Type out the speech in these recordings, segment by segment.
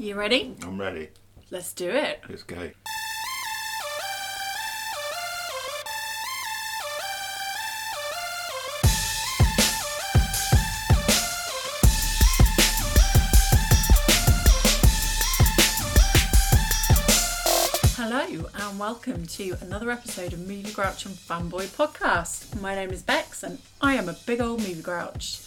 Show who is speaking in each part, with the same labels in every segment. Speaker 1: You ready?
Speaker 2: I'm ready.
Speaker 1: Let's do it.
Speaker 2: Let's go.
Speaker 1: Hello, and welcome to another episode of Movie Grouch and Fanboy Podcast. My name is Bex, and I am a big old movie grouch.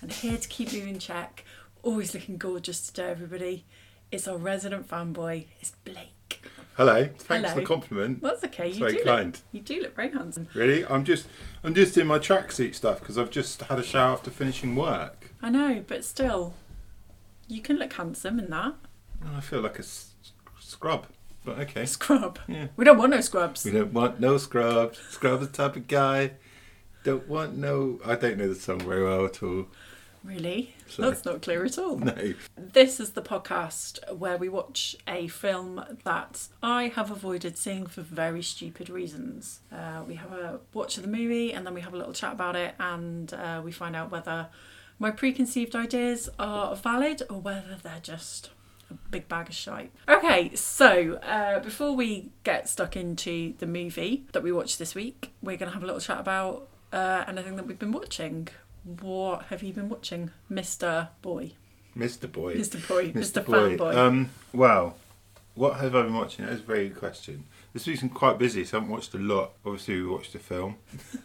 Speaker 1: And here to keep you in check, always looking gorgeous today, everybody, is our resident fanboy, it's Blake.
Speaker 2: Hello. Thanks for
Speaker 1: Hello.
Speaker 2: the compliment.
Speaker 1: Well, that's okay. You
Speaker 2: very
Speaker 1: do
Speaker 2: kind.
Speaker 1: Look, you do look very handsome.
Speaker 2: Really? I'm just I'm just in my tracksuit stuff because I've just had a shower after finishing work.
Speaker 1: I know, but still, you can look handsome in that
Speaker 2: And I feel like a s- scrub. But okay.
Speaker 1: scrub.
Speaker 2: Yeah.
Speaker 1: We don't want no scrubs.
Speaker 2: We don't want no scrubs. Scrub is the type of guy. Don't want no. I don't know the song very well at all.
Speaker 1: Really?
Speaker 2: Sorry.
Speaker 1: That's not clear at all.
Speaker 2: No.
Speaker 1: This is the podcast where we watch a film that I have avoided seeing for very stupid reasons. Uh, we have a watch of the movie and then we have a little chat about it and uh, we find out whether my preconceived ideas are valid or whether they're just a big bag of shite. Okay, so uh, before we get stuck into the movie that we watched this week, we're going to have a little chat about uh, anything that we've been watching. What have you been watching, Mr. Boy?
Speaker 2: Mr. Boy.
Speaker 1: Mr. Boy, Mr. Fanboy.
Speaker 2: Um, well, what have I been watching? That is a very good question. This week's been quite busy, so I haven't watched a lot. Obviously, we watched a film.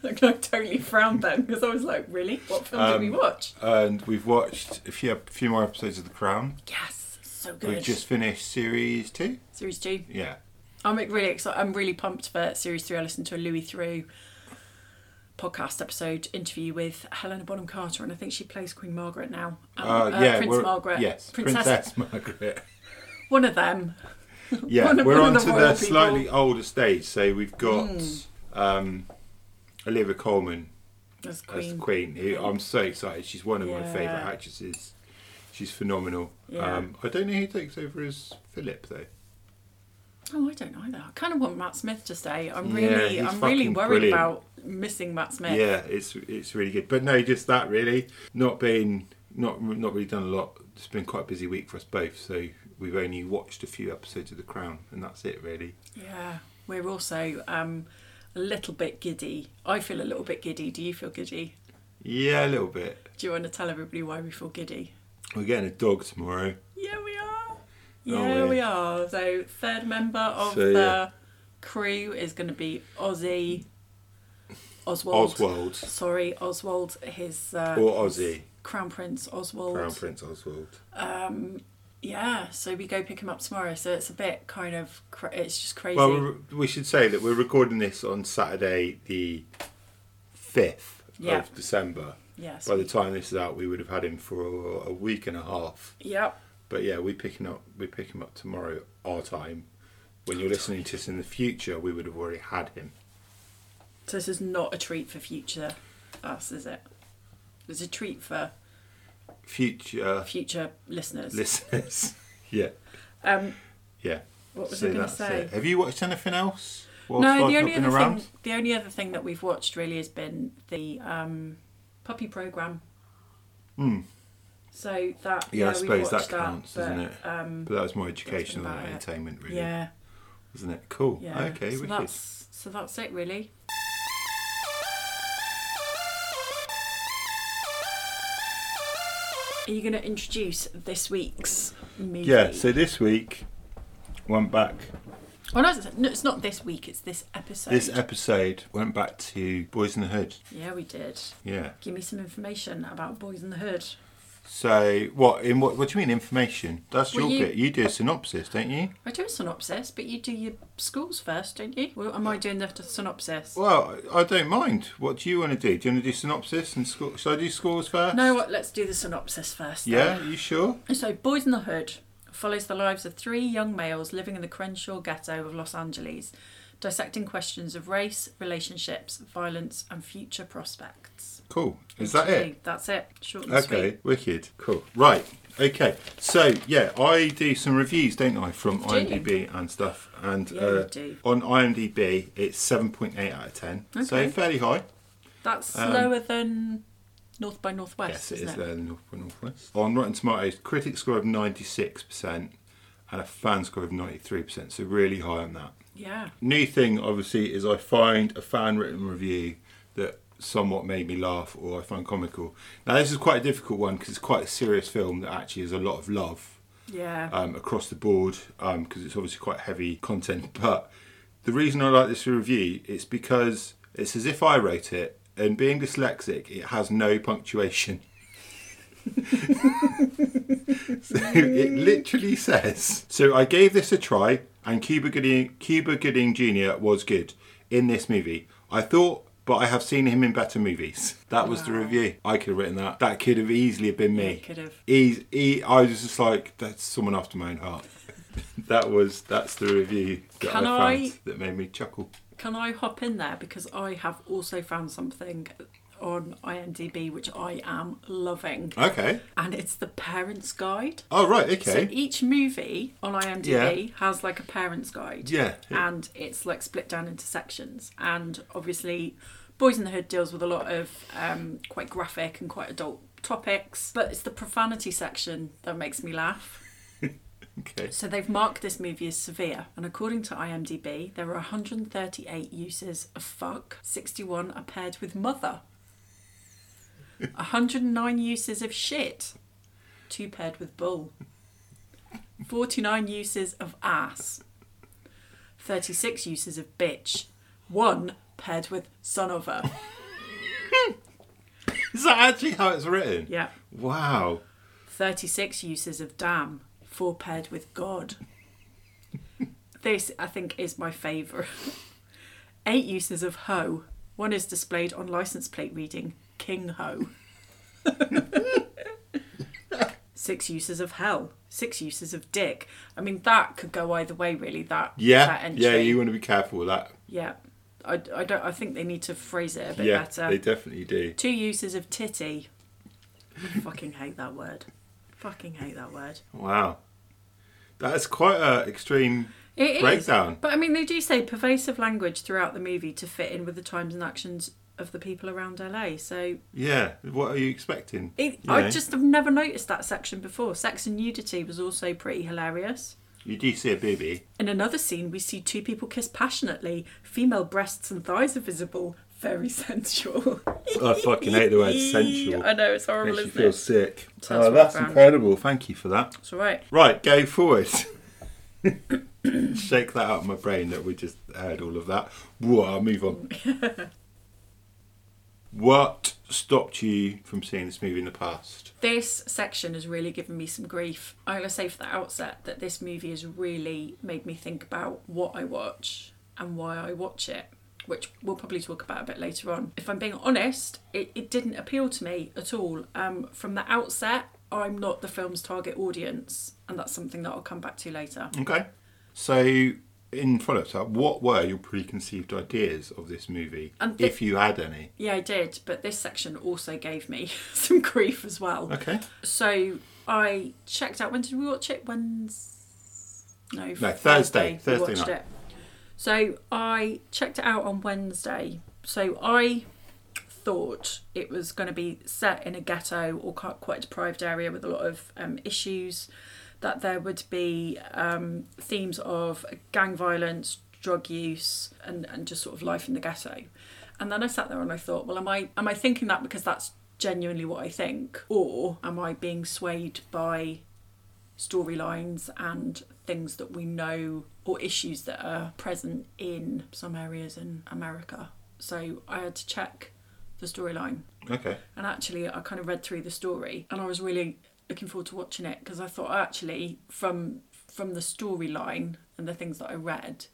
Speaker 1: Like, I totally frowned then because I was like, really? What film did we
Speaker 2: Um,
Speaker 1: watch?
Speaker 2: and we've watched a few a few more episodes of The Crown.
Speaker 1: Yes, so
Speaker 2: We've
Speaker 1: good.
Speaker 2: just finished series two.
Speaker 1: Series two.
Speaker 2: Yeah,
Speaker 1: I'm like, really excited. I'm really pumped for series three. I listened to a Louis Through podcast episode interview with Helena Bonham Carter, and I think she plays Queen Margaret now. Um,
Speaker 2: Uh, yeah,
Speaker 1: Prince
Speaker 2: we're-
Speaker 1: Margaret.
Speaker 2: Yes,
Speaker 1: Princess.
Speaker 2: Princess Margaret.
Speaker 1: One of them.
Speaker 2: Yeah,
Speaker 1: One of-
Speaker 2: we're
Speaker 1: one
Speaker 2: on
Speaker 1: of
Speaker 2: to
Speaker 1: the
Speaker 2: the
Speaker 1: royal people. Hmm.
Speaker 2: slightly older stage. So we've got um, Olivia Colman
Speaker 1: As
Speaker 2: as
Speaker 1: Queen.
Speaker 2: the Queen. Who I'm so excited. She's one of my
Speaker 1: Yeah.
Speaker 2: favourite actresses. She's phenomenal.
Speaker 1: Yeah.
Speaker 2: Um, I don't know who takes over as Philip though.
Speaker 1: Oh, I don't either. I kind of want Matt Smith to stay. I'm
Speaker 2: Yeah,
Speaker 1: really,
Speaker 2: he's
Speaker 1: I'm really
Speaker 2: fucking
Speaker 1: worried
Speaker 2: brilliant.
Speaker 1: about missing Matt Smith.
Speaker 2: Yeah, it's it's really good. But no, just that really. Not been not not really done a lot. It's been quite a busy week for us both. So we've only watched a few episodes of The Crown, and that's it really.
Speaker 1: Yeah, we're also um, a little bit giddy. I feel a little bit giddy. Do you feel giddy?
Speaker 2: Yeah, a little bit.
Speaker 1: Do you want to tell everybody why we feel giddy?
Speaker 2: We're getting a dog tomorrow.
Speaker 1: Yeah, we are.
Speaker 2: Aren't
Speaker 1: Yeah,
Speaker 2: we?
Speaker 1: we are. So, third member of
Speaker 2: Oh, So,
Speaker 1: the
Speaker 2: yeah.
Speaker 1: crew is going to be Ozzy Oswald.
Speaker 2: Oswald
Speaker 1: Sorry, Oswald. His uh,
Speaker 2: or Ozzy,
Speaker 1: Crown Prince Oswald.
Speaker 2: Crown Prince Oswald.
Speaker 1: Yeah, so we go pick him up tomorrow. So it's a bit kind of cra- it's just crazy.
Speaker 2: Well, we're, we should say that we're recording this on Saturday, the fifth
Speaker 1: Yeah.
Speaker 2: of December.
Speaker 1: yes.
Speaker 2: By the time this is out, we would have had him for a week and a half.
Speaker 1: yep.
Speaker 2: But yeah, we picking up we pick him up tomorrow our time. When you're listening to this in the future, we would have already had him.
Speaker 1: So this is not a treat for future us, is it? It's a treat for
Speaker 2: Future
Speaker 1: future listeners.
Speaker 2: listeners. yeah,
Speaker 1: um,
Speaker 2: yeah.
Speaker 1: What was I gonna
Speaker 2: that's
Speaker 1: say?
Speaker 2: it. Have you watched anything else? Whilst
Speaker 1: no,
Speaker 2: I've
Speaker 1: the
Speaker 2: not
Speaker 1: only
Speaker 2: been
Speaker 1: other
Speaker 2: around?
Speaker 1: thing, the only other thing that we've watched really has been the um, puppy program. So that
Speaker 2: Hmm. Yeah, I
Speaker 1: we
Speaker 2: suppose that
Speaker 1: watched
Speaker 2: counts,
Speaker 1: but,
Speaker 2: doesn't it?
Speaker 1: Um,
Speaker 2: But that was more educational than
Speaker 1: about it.
Speaker 2: entertainment, really,
Speaker 1: yeah,
Speaker 2: wasn't it? Cool.
Speaker 1: yeah.
Speaker 2: Okay,
Speaker 1: so
Speaker 2: wicked.
Speaker 1: that's so that's it really. Are you going to introduce this week's movie?
Speaker 2: Yeah. So this week went back.
Speaker 1: Oh, no, it's, no, it's not this week. It's this episode.
Speaker 2: This episode went back to Boys in the Hood.
Speaker 1: yeah, we did.
Speaker 2: Yeah.
Speaker 1: Give me some information about Boys in the Hood.
Speaker 2: So what? In what? What do you mean information? That's
Speaker 1: Well,
Speaker 2: your
Speaker 1: you-
Speaker 2: bit. You do a synopsis, don't you?
Speaker 1: I do a synopsis, but you do your schools first, don't you? Well, am I doing the synopsis?
Speaker 2: Well, I I don't mind. What do you want to do? Do you want to do synopsis and score? Should I do scores first?
Speaker 1: No, what? Let's do the synopsis first.
Speaker 2: Yeah, you sure?
Speaker 1: then. So, Boys in the Hood follows the lives of three young males living in the Crenshaw ghetto of Los Angeles, dissecting questions of race, relationships, violence, and future prospects.
Speaker 2: Cool. Is that it?
Speaker 1: That's it. Short and
Speaker 2: Okay,
Speaker 1: sweet.
Speaker 2: wicked. Cool. Right. Okay. So yeah, I do some reviews, don't I, from
Speaker 1: You do.
Speaker 2: IMDb and stuff. And
Speaker 1: Yeah,
Speaker 2: uh,
Speaker 1: you do.
Speaker 2: on IMDb, it's seven point eight out of ten. So
Speaker 1: Okay.
Speaker 2: fairly high.
Speaker 1: That's lower than North by Northwest,
Speaker 2: Um, Yes, it
Speaker 1: isn't
Speaker 2: is there in the North by Northwest. On Rotten Tomatoes, critics score of ninety six percent, and a fan score of 93%, so really high on that.
Speaker 1: Yeah.
Speaker 2: New thing, obviously, is I find a fan written review that somewhat made me laugh or I find comical. Now, this is quite a difficult one because it's quite a serious film that actually has a lot of love
Speaker 1: Yeah.
Speaker 2: um, across the board because it's obviously quite heavy content. But the reason I like this review is because it's as if I wrote it, and being dyslexic, it has no punctuation. so it literally says. So I gave this a try, and Cuba Gooding, Cuba Gooding Jr. was good in this movie. I thought, but I have seen him in better movies. That was the
Speaker 1: Wow.
Speaker 2: review. I could have written that. That could have easily been me.
Speaker 1: Yeah, could have.
Speaker 2: He's, he, I was just like, that's someone after my own heart. that was, that's the review that
Speaker 1: Can
Speaker 2: I found
Speaker 1: I-
Speaker 2: that made me chuckle.
Speaker 1: Can I hop in there because I have also found something on IMDb which I am loving,
Speaker 2: Okay.
Speaker 1: and it's the Parents Guide.
Speaker 2: Oh, right,
Speaker 1: So
Speaker 2: okay.
Speaker 1: each movie on IMDb has like a parents guide.
Speaker 2: Yeah.
Speaker 1: And it's like split down into sections. And obviously, Boys in the Hood deals with a lot of um, quite graphic and quite adult topics. But it's the profanity section that makes me laugh.
Speaker 2: okay.
Speaker 1: So they've marked this movie as severe. And according to IMDb, there are 138 uses of fuck, 61 are paired with mother, 109 uses of shit, two paired with bull, 49 uses of ass, 36 uses of bitch, one paired with son of a.
Speaker 2: Is that actually how it's written?
Speaker 1: Yeah.
Speaker 2: Wow.
Speaker 1: 36 uses of damn, four paired with God. this, I think, is my favourite. Eight uses of ho. One is displayed on license plate reading King Ho. Six uses of hell. Six uses of dick. I mean, that could go either way, really. That that
Speaker 2: Yeah.
Speaker 1: entry.
Speaker 2: Yeah, you want to be careful with that.
Speaker 1: yeah. I, I don't. I think they need to phrase it a bit
Speaker 2: yeah,
Speaker 1: better.
Speaker 2: they definitely do.
Speaker 1: Two uses of titty. I fucking hate that word. Fucking hate that word.
Speaker 2: Wow. That's quite a extreme
Speaker 1: It is.
Speaker 2: breakdown.
Speaker 1: But I mean, they do say pervasive language throughout the movie to fit in with the times and actions of the people around LA. So
Speaker 2: Yeah. What are you expecting?
Speaker 1: it,
Speaker 2: You know?
Speaker 1: I just have never noticed that section before. Sex and nudity was also pretty hilarious.
Speaker 2: You do see a booby.
Speaker 1: In another scene, we see two people kiss passionately. Female breasts and thighs are visible. Very sensual.
Speaker 2: I fucking hate the word sensual.
Speaker 1: I know it's horrible,
Speaker 2: Makes
Speaker 1: isn't
Speaker 2: you feel
Speaker 1: it?
Speaker 2: sick.
Speaker 1: That's
Speaker 2: Oh,
Speaker 1: what
Speaker 2: that's
Speaker 1: I found.
Speaker 2: incredible. Thank you for that.
Speaker 1: It's all right.
Speaker 2: Right, go forward. Shake that out of my brain that we just heard all of that. Whoa, I'll move on. what stopped you from seeing this movie in the past?
Speaker 1: This section has really given me some grief. I gotta say from the outset that this movie has really made me think about what I watch and why I watch it, which we'll probably talk about a bit later on. If I'm being honest, it, it didn't appeal to me at all. Um, from the outset, I'm not the film's target audience, and that's something that I'll come back to later.
Speaker 2: Okay. So, in follow up to that, what were your preconceived ideas of this movie,
Speaker 1: And thi-
Speaker 2: if you had any?
Speaker 1: Yeah, I did, but this section also gave me some grief as well.
Speaker 2: Okay.
Speaker 1: So I checked out. When did we watch it? Wednesday? No,
Speaker 2: Thursday.
Speaker 1: we
Speaker 2: Thursday
Speaker 1: watched
Speaker 2: night.
Speaker 1: it. So I checked it out on Wednesday. So I thought it was going to be set in a ghetto or quite quite a deprived area with a lot of um, issues. That there would be um, themes of gang violence, drug use, and, and just sort of life in the ghetto. And then I sat there and I thought, well, am I am I thinking that because that's genuinely what I think, or am I being swayed by storylines and things that we know or issues that are present in some areas in America? So I had to check the storyline,
Speaker 2: Okay.
Speaker 1: and actually, I kind of read through the story, and I was really looking forward to watching it because I thought actually from from the storyline and the things that I read,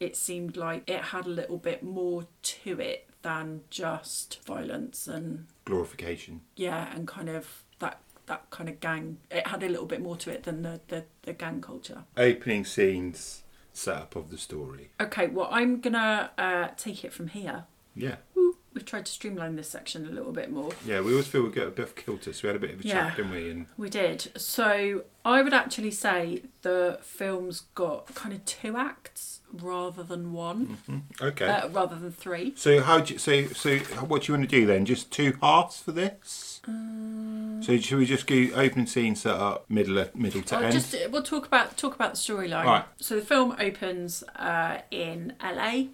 Speaker 1: it seemed like it had a little bit more to it than just violence and
Speaker 2: Glorification.
Speaker 1: yeah and kind of that that kind of gang it had a little bit more to it than the the, the gang culture
Speaker 2: Opening scenes, setup of the story.
Speaker 1: okay well i'm gonna uh take it from here
Speaker 2: Yeah.
Speaker 1: we've tried to streamline this section a little bit more.
Speaker 2: Yeah, we always feel we get a bit of kilter, so we had a bit of a
Speaker 1: Yeah.
Speaker 2: chat, didn't we? And
Speaker 1: We did. So I would actually say the film's got kind of two acts rather than one,
Speaker 2: okay.
Speaker 1: uh, rather than three.
Speaker 2: so how do you, so so what do you want to do then? Just two halves for this?
Speaker 1: Um.
Speaker 2: so should we just go opening scene set up middle uh, middle to
Speaker 1: Well,
Speaker 2: end?
Speaker 1: just uh, we'll talk about talk about the storyline.
Speaker 2: Alright.
Speaker 1: So the film opens uh, in LA.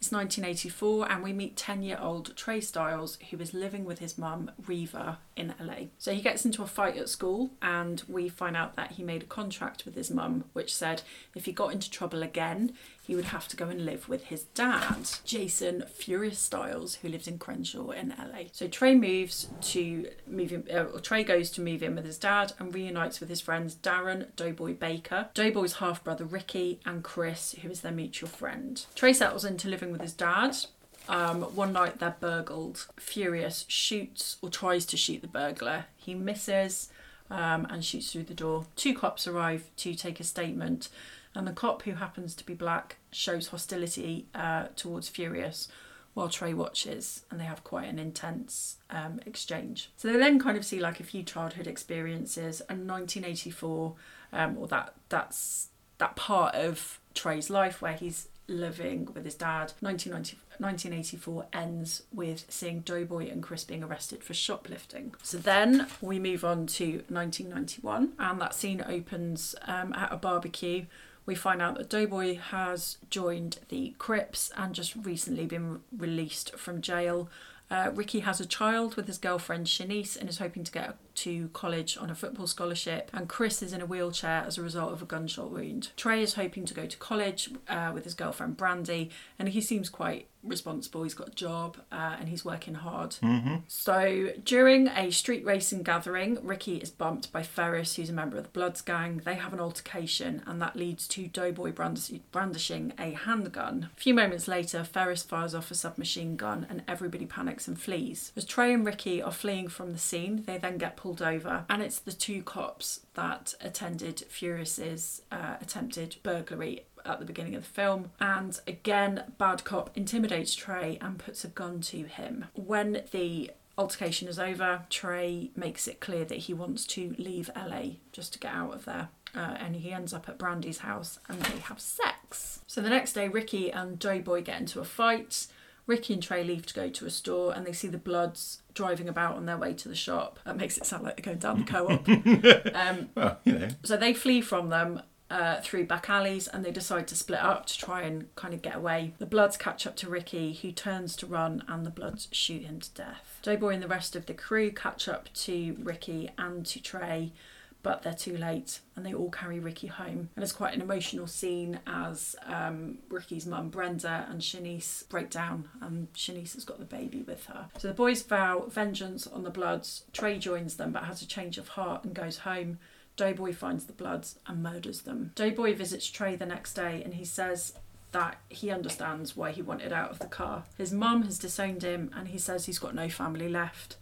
Speaker 1: It's 1984, and we meet 10-year-old Trey Styles, who is living with his mum Reva in LA. So he gets into a fight at school, and we find out that he made a contract with his mum, which said if he got into trouble again, he would have to go and live with his dad, Jason Furious Styles, who lives in Crenshaw in LA. So Trey moves to move in, uh, or Trey goes to move in with his dad and reunites with his friends Darren, Doughboy Baker, Doughboy's half brother Ricky, and Chris, who is their mutual friend. Trey settles into living with his dad. Um, one night they're burgled. Furious shoots or tries to shoot the burglar. He misses um, and shoots through the door. Two cops arrive to take a statement, and the cop, who happens to be black, shows hostility uh, towards Furious while Trey watches, and they have quite an intense um, exchange. So they then kind of see like a few childhood experiences, and 1984, um, or that that's that part of Trey's life where he's living with his dad. 1990 1984 ends with seeing Doughboy and Chris being arrested for shoplifting. So then we move on to 1991, and that scene opens um, at a barbecue. We find out that Doughboy has joined the Crips and just recently been re- released from jail. Uh, Ricky has a child with his girlfriend Shanice and is hoping to get to college on a football scholarship. And Chris is in a wheelchair as a result of a gunshot wound. Trey is hoping to go to college uh, with his girlfriend Brandy, and he seems quite responsible. He's got a job uh, and he's working hard. So during a street racing gathering, Ricky is bumped by Ferris, who's a member of the Bloods gang. They have an altercation, and that leads to Doughboy brandish- brandishing a handgun. A few moments later, Ferris fires off a submachine gun, and everybody panics and flees. As Trey and Ricky are fleeing from the scene, they then get pulled over, and it's the two cops that attended Furious's uh, attempted burglary at the beginning of the film. And again, Bad Cop intimidates Trey and puts a gun to him. When the altercation is over, Trey makes it clear that he wants to leave LA just to get out of there. Uh, and he ends up at Brandy's house and they have sex. So the next day, Ricky and Doughboy get into a fight. Ricky and Trey leave to go to a store and they see the Bloods driving about on their way to the shop. That makes it sound like they're going down the co op. um,
Speaker 2: well, you know,
Speaker 1: so they flee from them uh, through back alleys and they decide to split up to try and kind of get away. The Bloods catch up to Ricky, who turns to run, and the Bloods shoot him to death. Doughboy and the rest of the crew catch up to Ricky and to Trey. But they're too late, and they all carry Ricky home. And it's quite an emotional scene as um, Ricky's mum Brenda and Shanice break down, and Shanice has got the baby with her. So the boys vow vengeance on the Bloods. Trey joins them, but has a change of heart and goes home. Doughboy finds the Bloods and murders them. Doughboy visits Trey the next day and he says that he understands why he wanted out of the car. His mum has disowned him and he says he's got no family left.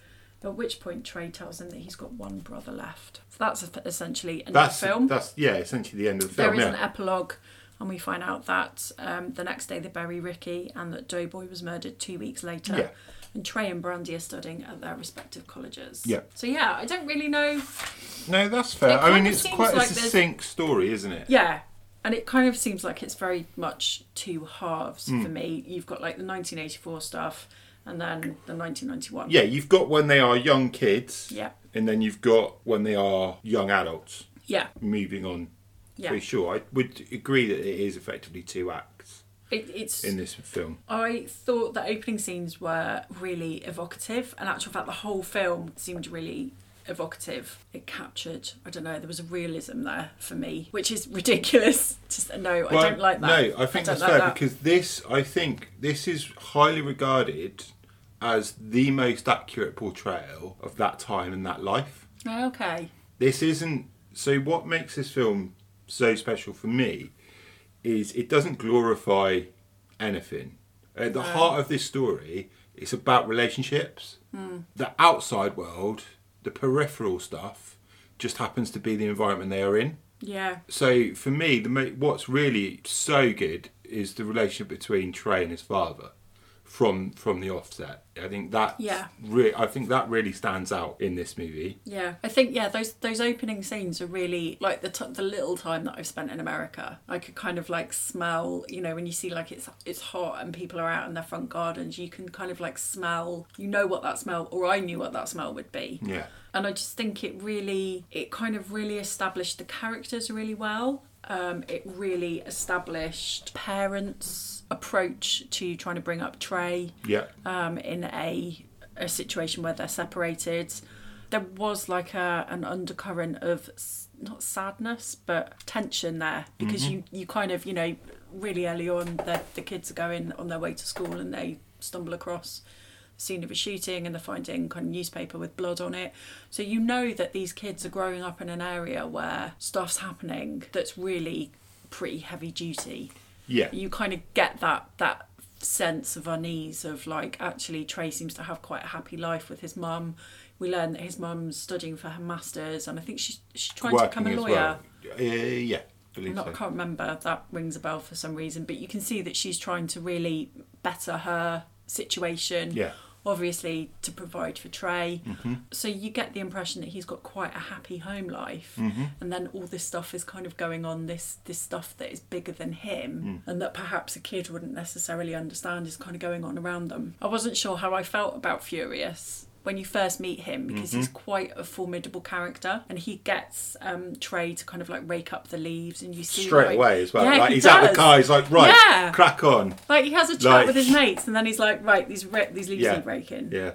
Speaker 1: At which point, Trey tells him that he's got one brother left. So that's essentially a
Speaker 2: that's
Speaker 1: film.
Speaker 2: that's yeah, essentially the end of the
Speaker 1: There
Speaker 2: film.
Speaker 1: is an
Speaker 2: Yeah.
Speaker 1: epilogue, and we find out that um, the next day they bury Ricky and that Doughboy was murdered two weeks later.
Speaker 2: Yeah.
Speaker 1: And Trey and Brandy are studying at their respective colleges.
Speaker 2: Yeah.
Speaker 1: So yeah, I don't really know
Speaker 2: No, that's fair. I
Speaker 1: kind
Speaker 2: mean,
Speaker 1: of
Speaker 2: it's
Speaker 1: seems
Speaker 2: quite
Speaker 1: like
Speaker 2: a
Speaker 1: there's-
Speaker 2: succinct story, isn't it?
Speaker 1: Yeah. And it kind of seems like it's very much two halves for
Speaker 2: Hmm.
Speaker 1: me. You've got like the 1984 stuff and then the 1991.
Speaker 2: Yeah, you've got when they are young kids,
Speaker 1: Yeah.
Speaker 2: and then you've got when they are young adults.
Speaker 1: Yeah.
Speaker 2: Moving on,
Speaker 1: Yeah.
Speaker 2: for sure, I would agree that it is effectively two acts
Speaker 1: It, it's.
Speaker 2: in this film.
Speaker 1: I thought the opening scenes were really evocative, and actual fact, the whole film seemed really evocative. It captured, I don't know, there was a realism there for me, which is ridiculous. Just no, I don't like that.
Speaker 2: No, I think
Speaker 1: don't
Speaker 2: that's
Speaker 1: like
Speaker 2: fair
Speaker 1: that.
Speaker 2: because this, I think, this is highly regarded as the most accurate portrayal of that time and that life.
Speaker 1: Oh, okay.
Speaker 2: This isn't. So, what makes this film so special for me is it doesn't glorify anything. At the heart of this story, it's about relationships.
Speaker 1: Hmm.
Speaker 2: The outside world, the peripheral stuff, just happens to be the environment they are in.
Speaker 1: Yeah.
Speaker 2: So for me, the mo- what's really so good is the relationship between Trey and his father. from from the offset. I think that
Speaker 1: Yeah.
Speaker 2: re- I think that really stands out in this movie.
Speaker 1: Yeah, I think yeah those those opening scenes are really like the t- the little time that I've spent in America. I could kind of like smell, you know, when you see like it's it's hot and people are out in their front gardens, you can kind of like smell. You know what that smell, or I knew what that smell would be.
Speaker 2: Yeah.
Speaker 1: And I just think it really, it kind of really established the characters really well. Um, it really established parents' approach to trying to bring up Trey
Speaker 2: Yeah.
Speaker 1: um, in a a situation where they're separated. There was like a an undercurrent of s- not sadness but tension there because you you kind of you know really early on the the kids are going on their way to school and they stumble across the scene of a shooting and they're finding kind of newspaper with blood on it so you know that these kids are growing up in an area where stuff's happening that's really pretty heavy duty
Speaker 2: Yeah.
Speaker 1: you kind of get that that sense of unease of like actually Trey seems to have quite a happy life with his mum. We learn that his mum's studying for her masters, and I think she's she's trying to become a lawyer.
Speaker 2: well. Uh, yeah. Believe
Speaker 1: I'm not, I
Speaker 2: so.
Speaker 1: can't remember. That rings a bell for some reason, but you can see that she's trying to really better her situation.
Speaker 2: Yeah.
Speaker 1: Obviously, to provide for Trey. So you get the impression that he's got quite a happy home life, and then all this stuff is kind of going on. This this stuff that is bigger than him, and that perhaps a kid wouldn't necessarily understand is kind of going on around them. I wasn't sure how I felt about Furious when you first meet him because he's quite a formidable character and he gets um, Trey to kind of like rake up the leaves and you see
Speaker 2: Straight
Speaker 1: like-
Speaker 2: away as well.
Speaker 1: Yeah,
Speaker 2: like
Speaker 1: he
Speaker 2: he's out of the
Speaker 1: does.
Speaker 2: car. He's like, right,
Speaker 1: Yeah.
Speaker 2: crack on.
Speaker 1: Like he has a chat
Speaker 2: Like-
Speaker 1: with his mates and then he's like, right, these re- these leaves
Speaker 2: Yeah.
Speaker 1: need raking.
Speaker 2: Yeah.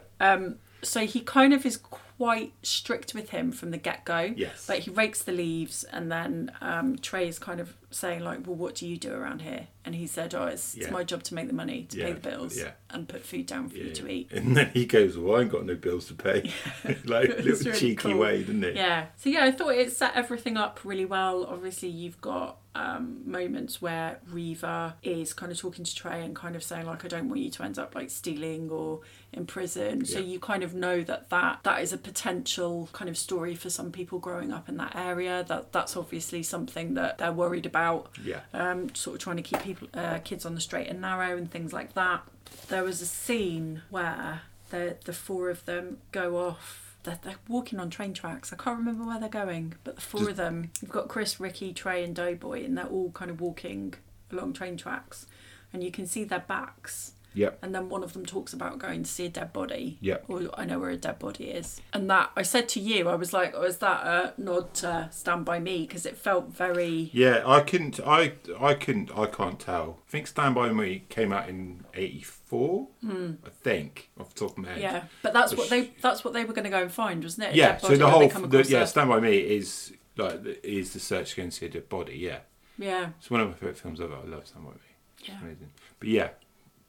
Speaker 1: So he kind of is quite strict with him from the get go.
Speaker 2: Yes.
Speaker 1: But he rakes the leaves and then um, Trey is kind of saying like, well, what do you do around here? And he said, oh, it's,
Speaker 2: Yeah.
Speaker 1: it's my job to make the money to
Speaker 2: Yeah.
Speaker 1: pay the bills
Speaker 2: Yeah.
Speaker 1: and put food down for you to eat.
Speaker 2: And then he goes, "Well, I ain't got no bills to pay." like
Speaker 1: It's
Speaker 2: little
Speaker 1: really
Speaker 2: cheeky
Speaker 1: cool.
Speaker 2: way, didn't it?
Speaker 1: Yeah. So yeah, I thought it set everything up really well. Obviously, you've got um, moments where Reva is kind of talking to Trey and kind of saying like, "I don't want you to end up like stealing or in prison." So
Speaker 2: Yeah.
Speaker 1: you kind of know that that that is a potential kind of story for some people growing up in that area. That that's obviously something that they're worried about
Speaker 2: Yeah.
Speaker 1: um, sort of trying to keep people, uh, kids on the straight and narrow and things like that. There was a scene where the the four of them go off. They're, they're walking on train tracks. I can't remember where they're going, but the four of them. You've got Chris, Ricky, Trey, and Doughboy, and they're all kind of walking along train tracks, and you can see their backs.
Speaker 2: Yep.
Speaker 1: And then one of them talks about going to see a dead body.
Speaker 2: Yep.
Speaker 1: Or I know where a dead body is. And that I said to you, I was like, "Oh, is that a nod to Stand by Me?" Because it felt very.
Speaker 2: Yeah, I couldn't. I I couldn't. I can't tell. I think Stand by Me came out in '84. I think off the top of my head.
Speaker 1: Hmm. Yeah, but that's what
Speaker 2: Which-
Speaker 1: they that's what they were going to go and find, wasn't it? A
Speaker 2: Yeah.
Speaker 1: dead
Speaker 2: So
Speaker 1: body
Speaker 2: the
Speaker 1: that
Speaker 2: whole
Speaker 1: they come
Speaker 2: the,
Speaker 1: across
Speaker 2: yeah
Speaker 1: a-
Speaker 2: Stand by Me is like the- is the search against a dead body. Yeah,
Speaker 1: yeah,
Speaker 2: it's one of my favorite films ever. I love Stand by Me. It's
Speaker 1: Yeah.
Speaker 2: amazing. But yeah,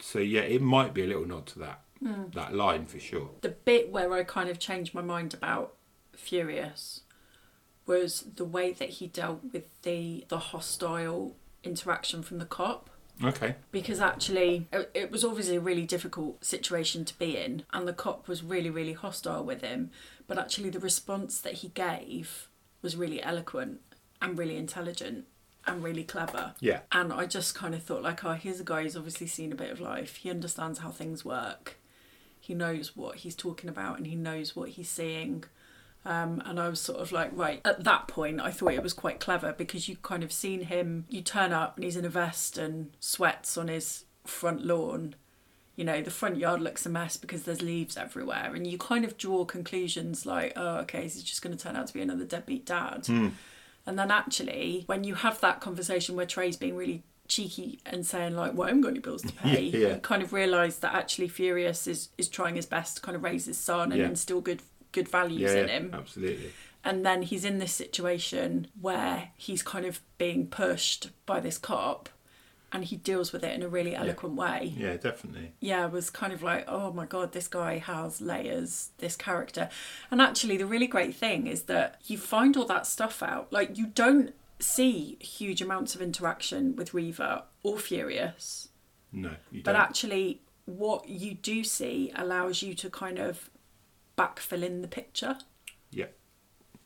Speaker 2: so yeah, it might be a little nod to that
Speaker 1: Hmm.
Speaker 2: that line for sure.
Speaker 1: the bit where I kind of changed my mind about Furious was the way that he dealt with the the hostile interaction from the cop.
Speaker 2: Okay.
Speaker 1: because actually it, it was obviously a really difficult situation to be in and the cop was really really hostile with him but actually the response that he gave was really eloquent and really intelligent and really clever
Speaker 2: Yeah.
Speaker 1: and i just kind of thought like oh here's a guy who's obviously seen a bit of life he understands how things work he knows what he's talking about and he knows what he's seeing um, and I was sort of like, right, at that point, I thought it was quite clever because you kind of seen him, you turn up and he's in a vest and sweats on his front lawn. You know, the front yard looks a mess because there's leaves everywhere. And you kind of draw conclusions like, oh, okay, he's just going to turn out to be another deadbeat dad.
Speaker 2: Hmm.
Speaker 1: And then actually, when you have that conversation where Trey's being really cheeky and saying like, "Well, I haven't got any bills to pay,"
Speaker 2: Yeah, yeah.
Speaker 1: you kind of realise that actually Furious is is trying his best to kind of raise his son and
Speaker 2: Yeah.
Speaker 1: instill good good values
Speaker 2: Yeah,
Speaker 1: in
Speaker 2: yeah,
Speaker 1: him.
Speaker 2: absolutely.
Speaker 1: And then he's in this situation where he's kind of being pushed by this cop, and he deals with it in a really eloquent way
Speaker 2: Yeah, definitely.
Speaker 1: yeah, was kind of like, oh my god, this guy has layers, this character. And actually, the really great thing is that you find all that stuff out. Like, you don't see huge amounts of interaction with Reaver or Furious,
Speaker 2: No, you
Speaker 1: but
Speaker 2: don't.
Speaker 1: actually, what you do see allows you to kind of backfill in the picture,
Speaker 2: yeah.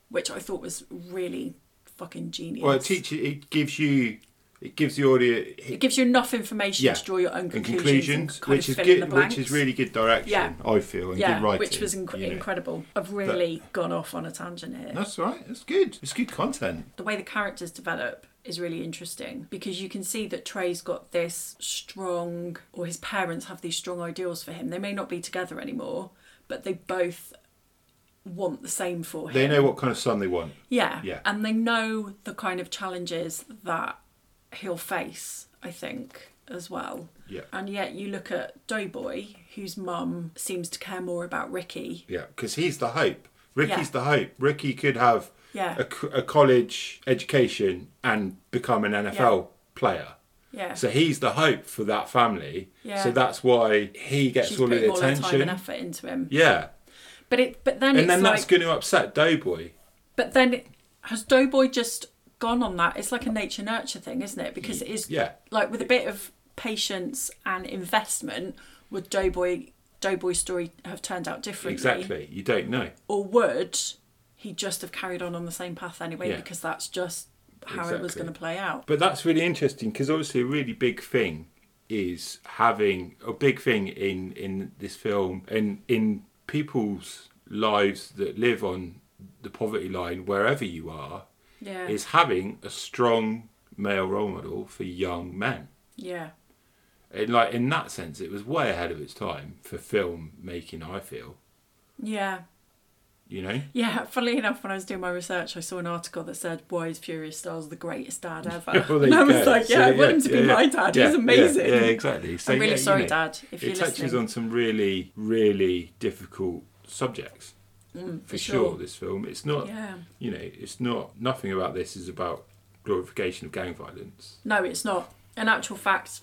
Speaker 1: which I thought was really fucking genius.
Speaker 2: Well, it teaches. It gives you It gives the audience
Speaker 1: It gives you enough information
Speaker 2: Yeah.
Speaker 1: to draw your own
Speaker 2: and
Speaker 1: conclusions,
Speaker 2: conclusions,
Speaker 1: and kind
Speaker 2: which
Speaker 1: of
Speaker 2: is
Speaker 1: fill in the
Speaker 2: good,
Speaker 1: blanks.
Speaker 2: which is really good direction.
Speaker 1: Yeah.
Speaker 2: I feel and
Speaker 1: yeah,
Speaker 2: good writing,
Speaker 1: which was inc-
Speaker 2: you know.
Speaker 1: incredible. I've really gone off on a tangent here.
Speaker 2: That's all right. It's good. It's good content.
Speaker 1: the way the characters develop is really interesting because you can see that Trey's got this strong, or his parents have these strong ideals for him. They may not be together anymore, but they both want the same for him.
Speaker 2: They know what kind of son they want.
Speaker 1: Yeah.
Speaker 2: Yeah.
Speaker 1: And they know the kind of challenges that he'll face, I think, as well.
Speaker 2: Yeah.
Speaker 1: And yet you look at Doughboy, whose mum seems to care more about Ricky.
Speaker 2: Yeah, because he's the hope. Ricky's
Speaker 1: Yeah.
Speaker 2: the hope. Ricky could have
Speaker 1: Yeah.
Speaker 2: a, c- a college education and become an NFL player.
Speaker 1: Yeah.
Speaker 2: So he's the hope for that family.
Speaker 1: Yeah.
Speaker 2: So that's why he gets
Speaker 1: She's
Speaker 2: all of
Speaker 1: putting
Speaker 2: the
Speaker 1: all her time
Speaker 2: attention.
Speaker 1: and effort into him.
Speaker 2: yeah.
Speaker 1: But it but then
Speaker 2: And,
Speaker 1: it's
Speaker 2: then
Speaker 1: like
Speaker 2: that's going to upset Doughboy.
Speaker 1: But then it- has Doughboy just gone on that? It's like a nature nurture thing, isn't it? Because it is
Speaker 2: Yeah.
Speaker 1: like with a bit of patience and investment, would Doughboy Doughboy's story have turned out differently?
Speaker 2: Exactly. You don't know.
Speaker 1: Or would he just have carried on on the same path anyway?
Speaker 2: Yeah.
Speaker 1: Because that's just how it was
Speaker 2: Exactly.
Speaker 1: going to play out.
Speaker 2: But that's really interesting because obviously a really big thing is having a big thing in in this film and in people's lives that live on the poverty line wherever you are
Speaker 1: Yeah.
Speaker 2: is having a strong male role model for young men.
Speaker 1: yeah.
Speaker 2: And like in that sense it was way ahead of its time for film making I feel,
Speaker 1: Yeah.
Speaker 2: you know?
Speaker 1: Yeah, funnily enough, when I was doing my research, I saw an article that said, Why is Furious Styles the greatest dad ever?
Speaker 2: Well, there
Speaker 1: and
Speaker 2: you
Speaker 1: I was
Speaker 2: go.
Speaker 1: like,
Speaker 2: So,
Speaker 1: Yeah, I want him to be
Speaker 2: yeah,
Speaker 1: my dad.
Speaker 2: yeah,
Speaker 1: He's amazing.
Speaker 2: Yeah, yeah, exactly. So,
Speaker 1: I'm really
Speaker 2: yeah, you
Speaker 1: sorry,
Speaker 2: know,
Speaker 1: Dad, if you're
Speaker 2: it touches
Speaker 1: listening.
Speaker 2: on some really, really difficult subjects. for sure.
Speaker 1: Mm, sure.
Speaker 2: this film. It's not,
Speaker 1: Yeah.
Speaker 2: you know, it's not, nothing about this is about glorification of gang violence.
Speaker 1: No, it's not. In actual fact,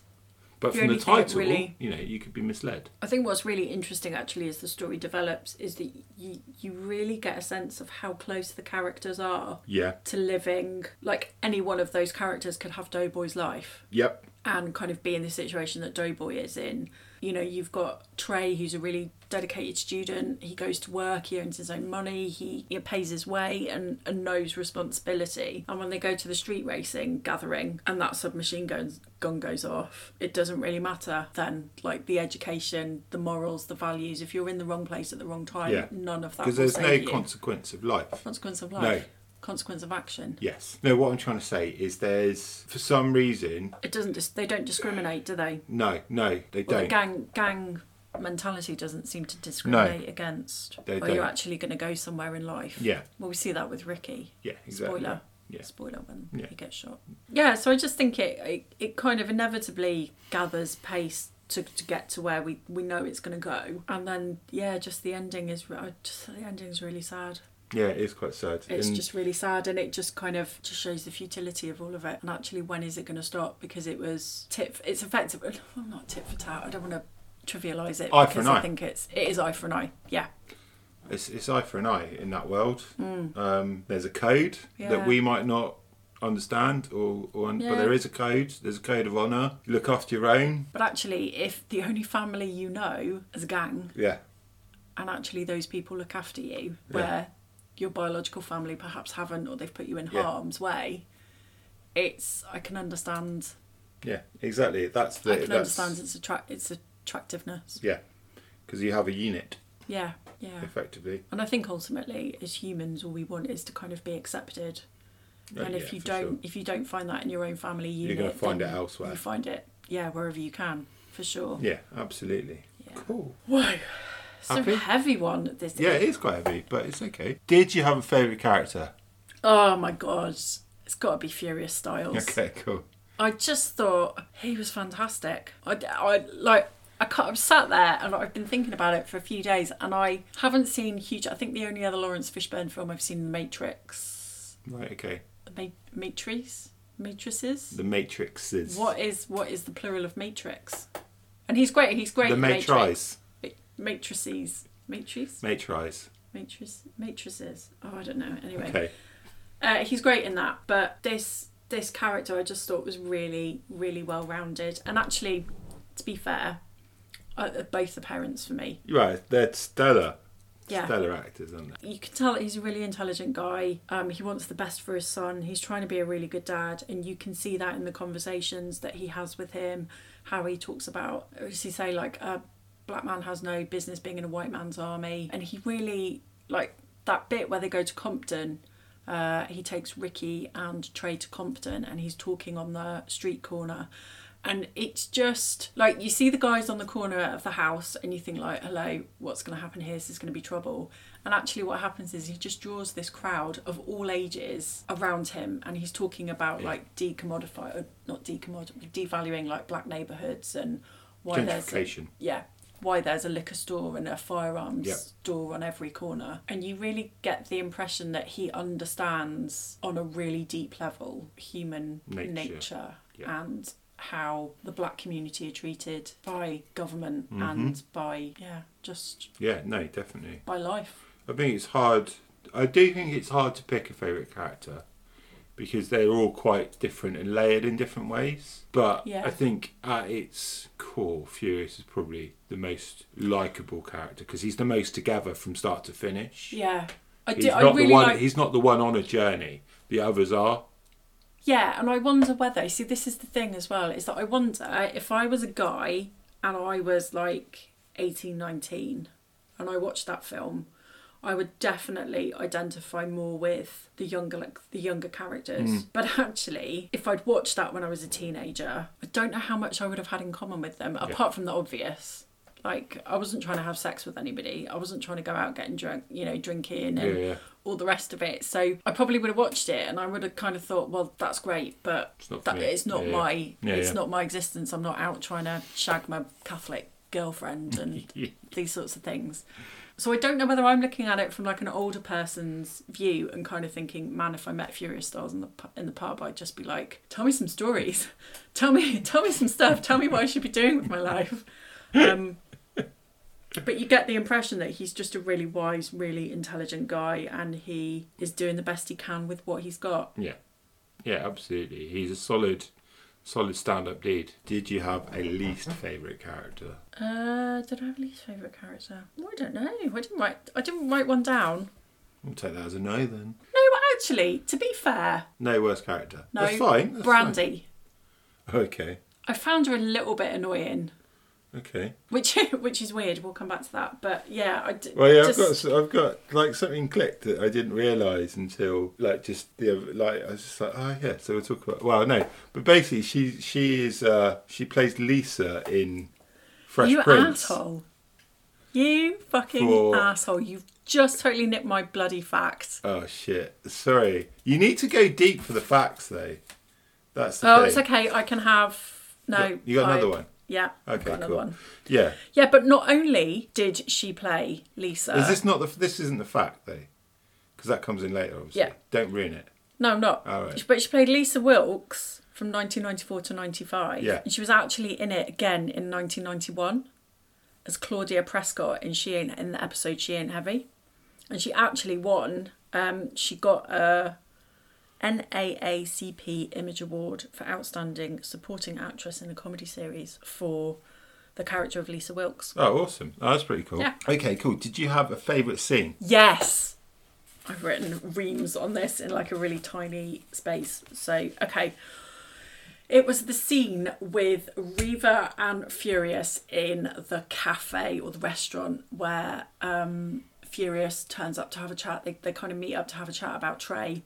Speaker 2: But
Speaker 1: The
Speaker 2: from the
Speaker 1: only thing that
Speaker 2: title,
Speaker 1: really-
Speaker 2: you know, you could be misled.
Speaker 1: I think what's really interesting actually as the story develops is that you you really get a sense of how close the characters are
Speaker 2: Yeah.
Speaker 1: to living like any one of those characters could have Doughboy's life
Speaker 2: Yep.
Speaker 1: and kind of be in the situation that Doughboy is in. You know, you've got Trey who's a really dedicated student, he goes to work, he earns his own money, he, he pays his way and, and knows responsibility. And when they go to the street racing gathering and that submachine guns gun goes off, it doesn't really matter then. Like the education, the morals, the values, if you're in the wrong place at the wrong time,
Speaker 2: Yeah.
Speaker 1: none of that will
Speaker 2: Because there's no
Speaker 1: save you.
Speaker 2: consequence of life.
Speaker 1: consequence of
Speaker 2: No.
Speaker 1: life. Consequence of action.
Speaker 2: Yes. No, what I'm trying to say is there's, for some reason,
Speaker 1: It doesn't dis- they don't discriminate, do they?
Speaker 2: no, no, they
Speaker 1: Well, the
Speaker 2: don't.
Speaker 1: gang gang mentality doesn't seem to discriminate against
Speaker 2: They
Speaker 1: where
Speaker 2: don't.
Speaker 1: you're actually going to go somewhere in life.
Speaker 2: Yeah.
Speaker 1: Well, we see that with Ricky.
Speaker 2: Yeah, exactly.
Speaker 1: Spoiler.
Speaker 2: Yeah.
Speaker 1: Spoiler when
Speaker 2: Yeah.
Speaker 1: he gets shot. Yeah. So I just think it it, it kind of inevitably gathers pace. To, to get to where we, we know it's going to go and then yeah just the ending is re- I just the ending is really sad
Speaker 2: Yeah, it is quite sad.
Speaker 1: it's
Speaker 2: And-
Speaker 1: just really sad and it just kind of just shows the futility of all of it and actually when is it going to stop because it was tit f- it's effective well, not tit for tat I don't want to trivialize it
Speaker 2: Eye for
Speaker 1: because
Speaker 2: an
Speaker 1: I
Speaker 2: eye.
Speaker 1: think it's it is eye for an eye yeah
Speaker 2: it's, it's eye for an eye in that world. Um, there's a code
Speaker 1: Mm. Yeah.
Speaker 2: that we might not understand, or, or
Speaker 1: Yeah.
Speaker 2: but there is a code. There's a code of honour. Look after your own.
Speaker 1: but actually if the only family you know is a gang
Speaker 2: Yeah,
Speaker 1: and actually those people look after you where your biological family perhaps haven't or they've put you in
Speaker 2: Yeah.
Speaker 1: harm's way it's I can understand
Speaker 2: yeah, exactly. That's the
Speaker 1: I can
Speaker 2: that's
Speaker 1: understand its attract its attractiveness
Speaker 2: yeah, because you have a unit
Speaker 1: yeah yeah
Speaker 2: effectively.
Speaker 1: And I think ultimately, as humans, all we want is to kind of be accepted.
Speaker 2: Yeah,
Speaker 1: and if
Speaker 2: Oh, yeah,
Speaker 1: you
Speaker 2: for
Speaker 1: don't,
Speaker 2: sure.
Speaker 1: if you don't find that in your own family
Speaker 2: You're
Speaker 1: unit,
Speaker 2: gonna find
Speaker 1: then
Speaker 2: it elsewhere.
Speaker 1: You find it, yeah, wherever you can, for sure.
Speaker 2: yeah, absolutely.
Speaker 1: Yeah.
Speaker 2: Cool.
Speaker 1: Whoa, it's a
Speaker 2: Happy?
Speaker 1: heavy one. This
Speaker 2: Yeah, it
Speaker 1: is.
Speaker 2: is quite heavy, but it's okay. Did you have a favourite character?
Speaker 1: Oh my god, it's got to be Furious Styles.
Speaker 2: Okay, cool.
Speaker 1: I just thought he was fantastic. I, I like. I can't, I'm sat there and I've been thinking about it for a few days, and I haven't seen huge. I think the only other Lawrence Fishburne film I've seen, Matrix,
Speaker 2: Right, okay.
Speaker 1: Ma- Matrices, Matrices.
Speaker 2: The Matrix is
Speaker 1: What is what is the plural of matrix? And he's great. He's great.
Speaker 2: the
Speaker 1: at
Speaker 2: Matris.
Speaker 1: Matrix. Ma- matrices. Matrices.
Speaker 2: Matris.
Speaker 1: Matrices. Matrices. Oh, I don't know. Anyway,
Speaker 2: Okay.
Speaker 1: uh, he's great in that. But this this character, I just thought was really really well rounded. And actually, to be fair, uh, both the parents for me.
Speaker 2: Right, they're stellar.
Speaker 1: Yeah.
Speaker 2: Stellar actors, aren't they?
Speaker 1: You can tell that he's a really intelligent guy. Um, he wants the best for his son. He's trying to be a really good dad, and you can see that in the conversations that he has with him. How he talks about, what does he say like a black man has no business being in a white man's army? And he really like that bit where they go to Compton. Uh, he takes Ricky and Trey to Compton, and he's talking on the street corner. And it's just like you see the guys on the corner of the house, and you think like, "Hello, what's going to happen here? Is this going to be trouble?" And actually, what happens is he just draws this crowd of all ages around him, and he's talking about like decommodify, or not decommodify, devaluing like black neighborhoods and why there's
Speaker 2: Gentrification.
Speaker 1: yeah why there's a liquor store and a firearms
Speaker 2: Yep.
Speaker 1: store on every corner and you really get the impression that he understands on a really deep level human
Speaker 2: Nature.
Speaker 1: nature,
Speaker 2: Yeah.
Speaker 1: and how the black community are treated by government
Speaker 2: Mm-hmm.
Speaker 1: and by yeah just
Speaker 2: Yeah, no, definitely.
Speaker 1: by life
Speaker 2: I think it's hard. I do think it's hard to pick a favourite character because they're all quite different and layered in different ways. But
Speaker 1: Yeah.
Speaker 2: I think at its core, Furious is probably the most likable character because he's the most together from start to finish.
Speaker 1: yeah i
Speaker 2: He's
Speaker 1: do i
Speaker 2: not
Speaker 1: really
Speaker 2: the one.
Speaker 1: like
Speaker 2: He's not the one on a journey. The others are.
Speaker 1: Yeah, and I wonder whether see this is the thing as well is that I wonder if I was a guy and I was like 18, 19 and I watched that film, I would definitely identify more with the younger like the younger
Speaker 2: Hmm.
Speaker 1: characters. But actually, if I'd watched that when I was a teenager, I don't know how much I would have had in common with them apart from the obvious. Like I wasn't trying to have sex with anybody. I wasn't trying to go out getting drunk, you know, drinking and
Speaker 2: Yeah, yeah.
Speaker 1: all the rest of it. So I probably would have watched it and I would have kind of thought, well, that's great, but
Speaker 2: It's not for
Speaker 1: that,
Speaker 2: me.
Speaker 1: it's not
Speaker 2: Yeah, yeah.
Speaker 1: my
Speaker 2: Yeah,
Speaker 1: it's
Speaker 2: yeah.
Speaker 1: not my existence. I'm not out trying to shag my Catholic girlfriend and these sorts of things. So I don't know whether I'm looking at it from like an older person's view and kind of thinking, man, if I met Furious Stars in the pu- in the pub, I'd just be like, tell me some stories, tell me tell me some stuff, tell me what I should be doing with my life. Um, but you get the impression that he's just a really wise, really intelligent guy, and he is doing the best he can with what he's got.
Speaker 2: Yeah, yeah, absolutely. He's a solid, solid stand-up dude. Did you have a least favourite character?
Speaker 1: Uh, did I have a least favourite character? Oh, I don't know. I didn't write. I didn't write one down.
Speaker 2: I'll take that as a no then.
Speaker 1: No, actually, to be fair,
Speaker 2: No worst character.
Speaker 1: no.
Speaker 2: that's fine. that's
Speaker 1: Brandy.
Speaker 2: fine. Okay,
Speaker 1: I found her a little bit annoying,
Speaker 2: okay.
Speaker 1: which which is weird. We'll come back to that. But yeah, I d-
Speaker 2: Well, yeah,
Speaker 1: just-
Speaker 2: I've got, I've got like something clicked that I didn't realise until like just the other, like I was just like, oh yeah. So we'll talk about. Well, no, but basically she she is uh she plays Lisa in Fresh
Speaker 1: you
Speaker 2: Prince.
Speaker 1: asshole. You fucking
Speaker 2: For-
Speaker 1: asshole. You've just totally nipped my bloody facts.
Speaker 2: Oh shit! Sorry, you need to go deep for the facts though. That's the
Speaker 1: Oh,
Speaker 2: thing.
Speaker 1: it's okay. I can have
Speaker 2: You
Speaker 1: no.
Speaker 2: got- you got
Speaker 1: I-
Speaker 2: another one?
Speaker 1: Yeah. I've got
Speaker 2: Okay,
Speaker 1: another
Speaker 2: cool.
Speaker 1: one.
Speaker 2: Yeah,
Speaker 1: Yeah, but not only did she play Lisa.
Speaker 2: is this not the? This isn't the fact though, because that comes in later. Obviously,
Speaker 1: Yeah.
Speaker 2: Don't ruin it.
Speaker 1: No, I'm not.
Speaker 2: All right.
Speaker 1: But she played Lisa Wilkes from 1994 to 95.
Speaker 2: Yeah.
Speaker 1: And she was actually in it again in 1991 as Claudia Prescott in She Ain't in the episode She Ain't Heavy. And she actually won. Um, she got a NAACP Image Award for Outstanding Supporting Actress in a Comedy Series for the character of Lisa Wilkes.
Speaker 2: Oh, awesome! Oh, that's pretty cool.
Speaker 1: Yeah.
Speaker 2: Okay, cool. Did you have a favourite scene?
Speaker 1: Yes. I've written reams on this in like a really tiny space. So, okay. It was the scene with Reva and Furious in the cafe or the restaurant where um, Furious turns up to have a chat. They, they kind of meet up to have a chat about Trey.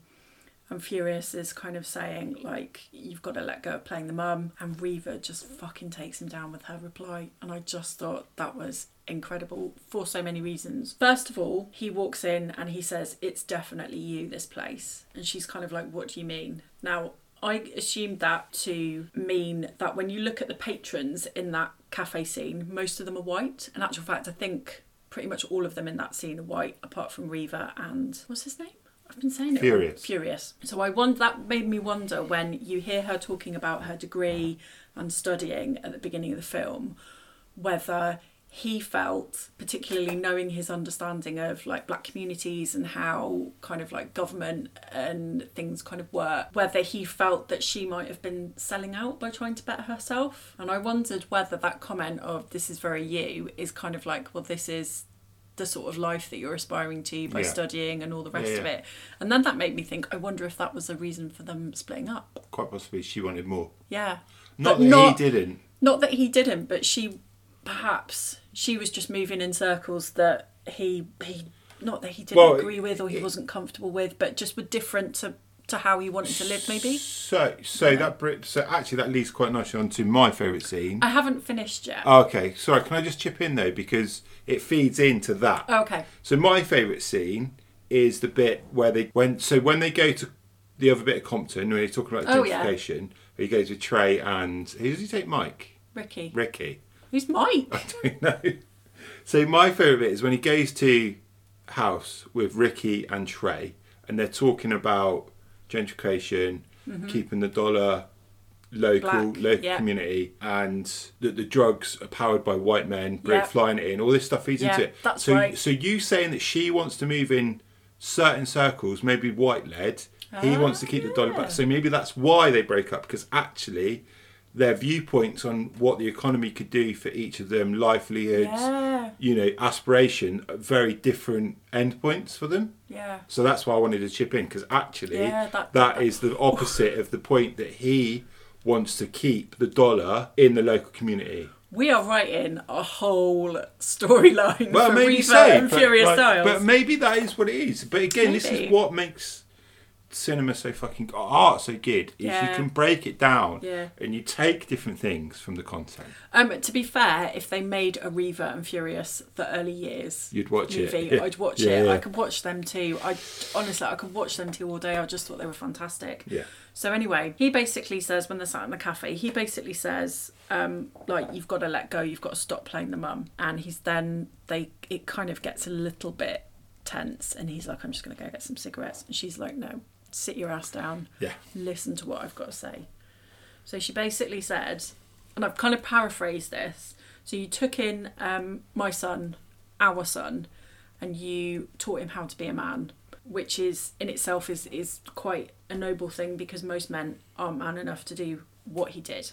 Speaker 1: And Furious is kind of saying, like, you've got to let go of playing the mum. And Reva just fucking takes him down with her reply. And I just thought that was incredible for so many reasons. First of all, he walks in and he says, It's definitely you, this place. And she's kind of like, What do you mean? Now, I assumed that to mean that when you look at the patrons in that cafe scene, most of them are white. In actual fact, I think pretty much all of them in that scene are white, apart from Reva and what's his name? I've been saying it. wrong.
Speaker 2: Furious.
Speaker 1: Furious. So I wonder that made me wonder when you hear her talking about her degree and studying at the beginning of the film, whether he felt, particularly knowing his understanding of like black communities and how kind of like government and things kind of work, whether he felt that she might have been selling out by trying to better herself. And I wondered whether that comment of this is very you is kind of like, well, this is the sort of life that you're aspiring to by
Speaker 2: Yeah.
Speaker 1: studying and all the rest
Speaker 2: Yeah,
Speaker 1: of
Speaker 2: yeah.
Speaker 1: it. And then that made me think, I wonder if that was a reason for them splitting up.
Speaker 2: Quite possibly she wanted more.
Speaker 1: Yeah.
Speaker 2: Not
Speaker 1: But
Speaker 2: that he didn't.
Speaker 1: Not that he didn't, but she perhaps she was just moving in circles that he he not that he didn't
Speaker 2: Well,
Speaker 1: agree with or he
Speaker 2: it-
Speaker 1: wasn't comfortable with, but just were different to to how he wanted to live maybe.
Speaker 2: So, so that bri- so actually that leads quite nicely onto my favourite scene.
Speaker 1: I haven't finished yet.
Speaker 2: Okay, sorry. Can I just chip in though because it feeds into that.
Speaker 1: okay.
Speaker 2: So my favourite scene is the bit where they when so when they go to the other bit of Compton when he's talking about
Speaker 1: Oh, yeah.
Speaker 2: gentrification, he goes with Trey and who does he take? Mike,
Speaker 1: Ricky.
Speaker 2: Ricky.
Speaker 1: Who's Mike?
Speaker 2: I don't know. So my favourite bit is when he goes to house with Ricky and Trey, and they're talking about gentrification, keeping the dollar local,
Speaker 1: Mm-hmm. Black,
Speaker 2: local
Speaker 1: yeah.
Speaker 2: community, and that the drugs are powered by white men, bring
Speaker 1: Yeah.
Speaker 2: flying it in, all this stuff feeds
Speaker 1: Yeah,
Speaker 2: into it.
Speaker 1: that's
Speaker 2: so,
Speaker 1: right.
Speaker 2: so you saying that she wants to move in certain circles, maybe white led. He
Speaker 1: Ah,
Speaker 2: wants to keep the dollar
Speaker 1: yeah.
Speaker 2: back. So maybe that's why they break up because actually their viewpoints on what the economy could do for each of them, livelihoods,
Speaker 1: Yeah.
Speaker 2: you know, aspiration, are very different endpoints for them.
Speaker 1: Yeah.
Speaker 2: So that's why I wanted to chip in because actually
Speaker 1: Yeah, that-
Speaker 2: that is the opposite of the point that he wants to keep the dollar in the local community.
Speaker 1: We are writing a whole storyline
Speaker 2: Well,
Speaker 1: for
Speaker 2: maybe
Speaker 1: Reva
Speaker 2: so,
Speaker 1: and
Speaker 2: but,
Speaker 1: Furious
Speaker 2: like,
Speaker 1: Styles.
Speaker 2: but maybe that is what it is. But again, this is
Speaker 1: Maybe.
Speaker 2: what makes cinema so fucking art so good. Is
Speaker 1: Yeah.
Speaker 2: you can break it down
Speaker 1: Yeah.
Speaker 2: and you take different things from the content.
Speaker 1: Um, to be fair, if they made a Reva and Furious the early years
Speaker 2: You'd watch it.
Speaker 1: movie,
Speaker 2: Yeah.
Speaker 1: I'd watch
Speaker 2: Yeah,
Speaker 1: it.
Speaker 2: yeah.
Speaker 1: I could watch them too. I honestly, I could watch them too all day. I just thought they were fantastic.
Speaker 2: Yeah.
Speaker 1: So anyway, he basically says when they're sat in the cafe, he basically says, um, like, you've got to let go. You've got to stop playing the mum. And he's then they it kind of gets a little bit tense, and he's like, I'm just going to go get some cigarettes, and she's like, No, sit your ass down
Speaker 2: Yeah.
Speaker 1: listen to what I've got to say. So she basically said, and I've kind of paraphrased this. So you took in um, my son, our son, and you taught him how to be a man, which is in itself is is quite a noble thing because most men aren't man enough to do what he did.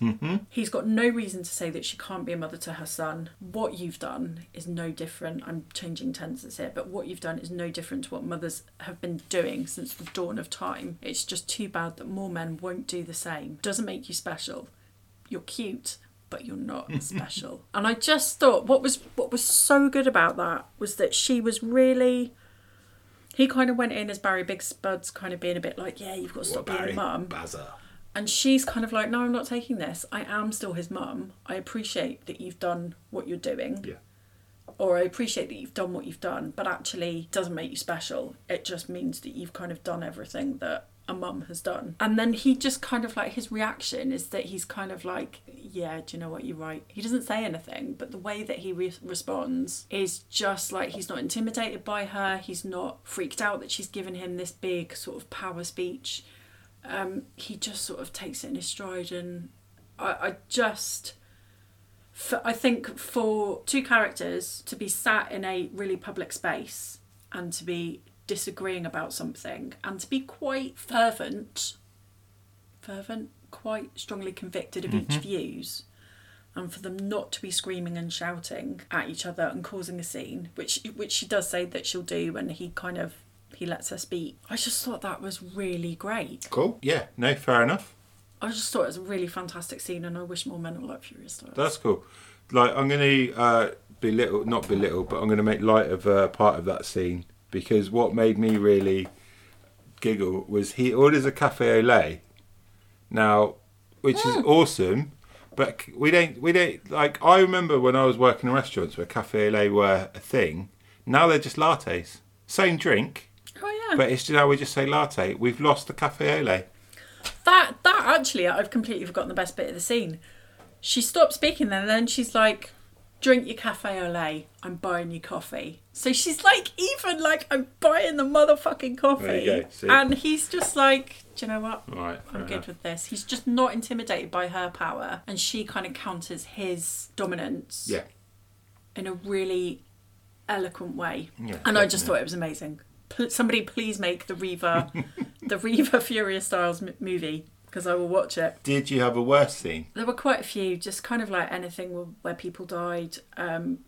Speaker 1: He's got no reason to say that she can't be a mother to her son. What you've done is no different. I'm changing tenses here, but what you've done is no different to what mothers have been doing since the dawn of time. It's just too bad that more men won't do the same. Doesn't make you special. You're cute, but you're not special. And I just thought what was what was so good about that was that she was really he kind of went in as Barry Big Spud's kind of being a bit like, yeah, you've got to stop being a mum.
Speaker 2: Bazza.
Speaker 1: And she's kind of like, no, I'm not taking this. I am still his mum. I appreciate that you've done what you're doing,
Speaker 2: Yeah.
Speaker 1: or I appreciate that you've done what you've done, but actually it doesn't make you special. It just means that you've kind of done everything that a mum has done. And then he just kind of like, his reaction is that he's kind of like, yeah, do you know what? You're right. He doesn't say anything, but the way that he re- responds is just like he's not intimidated by her. He's not freaked out that she's given him this big sort of power speech um, he just sort of takes it in his stride and I, I just for, I think for two characters to be sat in a really public space and to be disagreeing about something and to be quite fervent fervent quite strongly convicted of each views and for them not to be screaming and shouting at each other and causing a scene, which which she does say that she'll do, and he kind of he lets her speak. I just thought that was really great.
Speaker 2: Cool. Yeah. No. Fair enough.
Speaker 1: I just thought it was a really fantastic scene, and I wish more men were like Furious Styles.
Speaker 2: That's cool. Like I'm gonna uh, belittle, not belittle, but I'm gonna make light of uh, part of that scene because what made me really giggle was he orders a cafe au lait, now, which
Speaker 1: Hmm.
Speaker 2: is awesome, but c- we don't we don't like. I remember when I was working in restaurants where cafe au lait were a thing. Now they're just lattes, same drink,
Speaker 1: oh yeah,
Speaker 2: but it's just how we just say latte. We've lost the cafe au lait.
Speaker 1: that that actually, I've completely forgotten the best bit of the scene. She stops speaking, then and then she's like, "Drink your cafe au lait. I'm buying you coffee." So she's like, even like, "I'm buying the motherfucking coffee,"
Speaker 2: There you go, see?
Speaker 1: and he's just like, "Do you know what?
Speaker 2: Right, fair
Speaker 1: I'm good
Speaker 2: enough.
Speaker 1: with this." He's just not intimidated by her power, and she kind of counters his dominance.
Speaker 2: Yeah.
Speaker 1: in a really eloquent way.
Speaker 2: Yeah,
Speaker 1: and I just
Speaker 2: definitely.
Speaker 1: thought it was amazing. Pl- somebody please make the Reva, the Reva Furious Styles m- movie because I will watch it.
Speaker 2: Did you have a worse scene?
Speaker 1: There were quite a few, just kind of like anything where- where people died, um,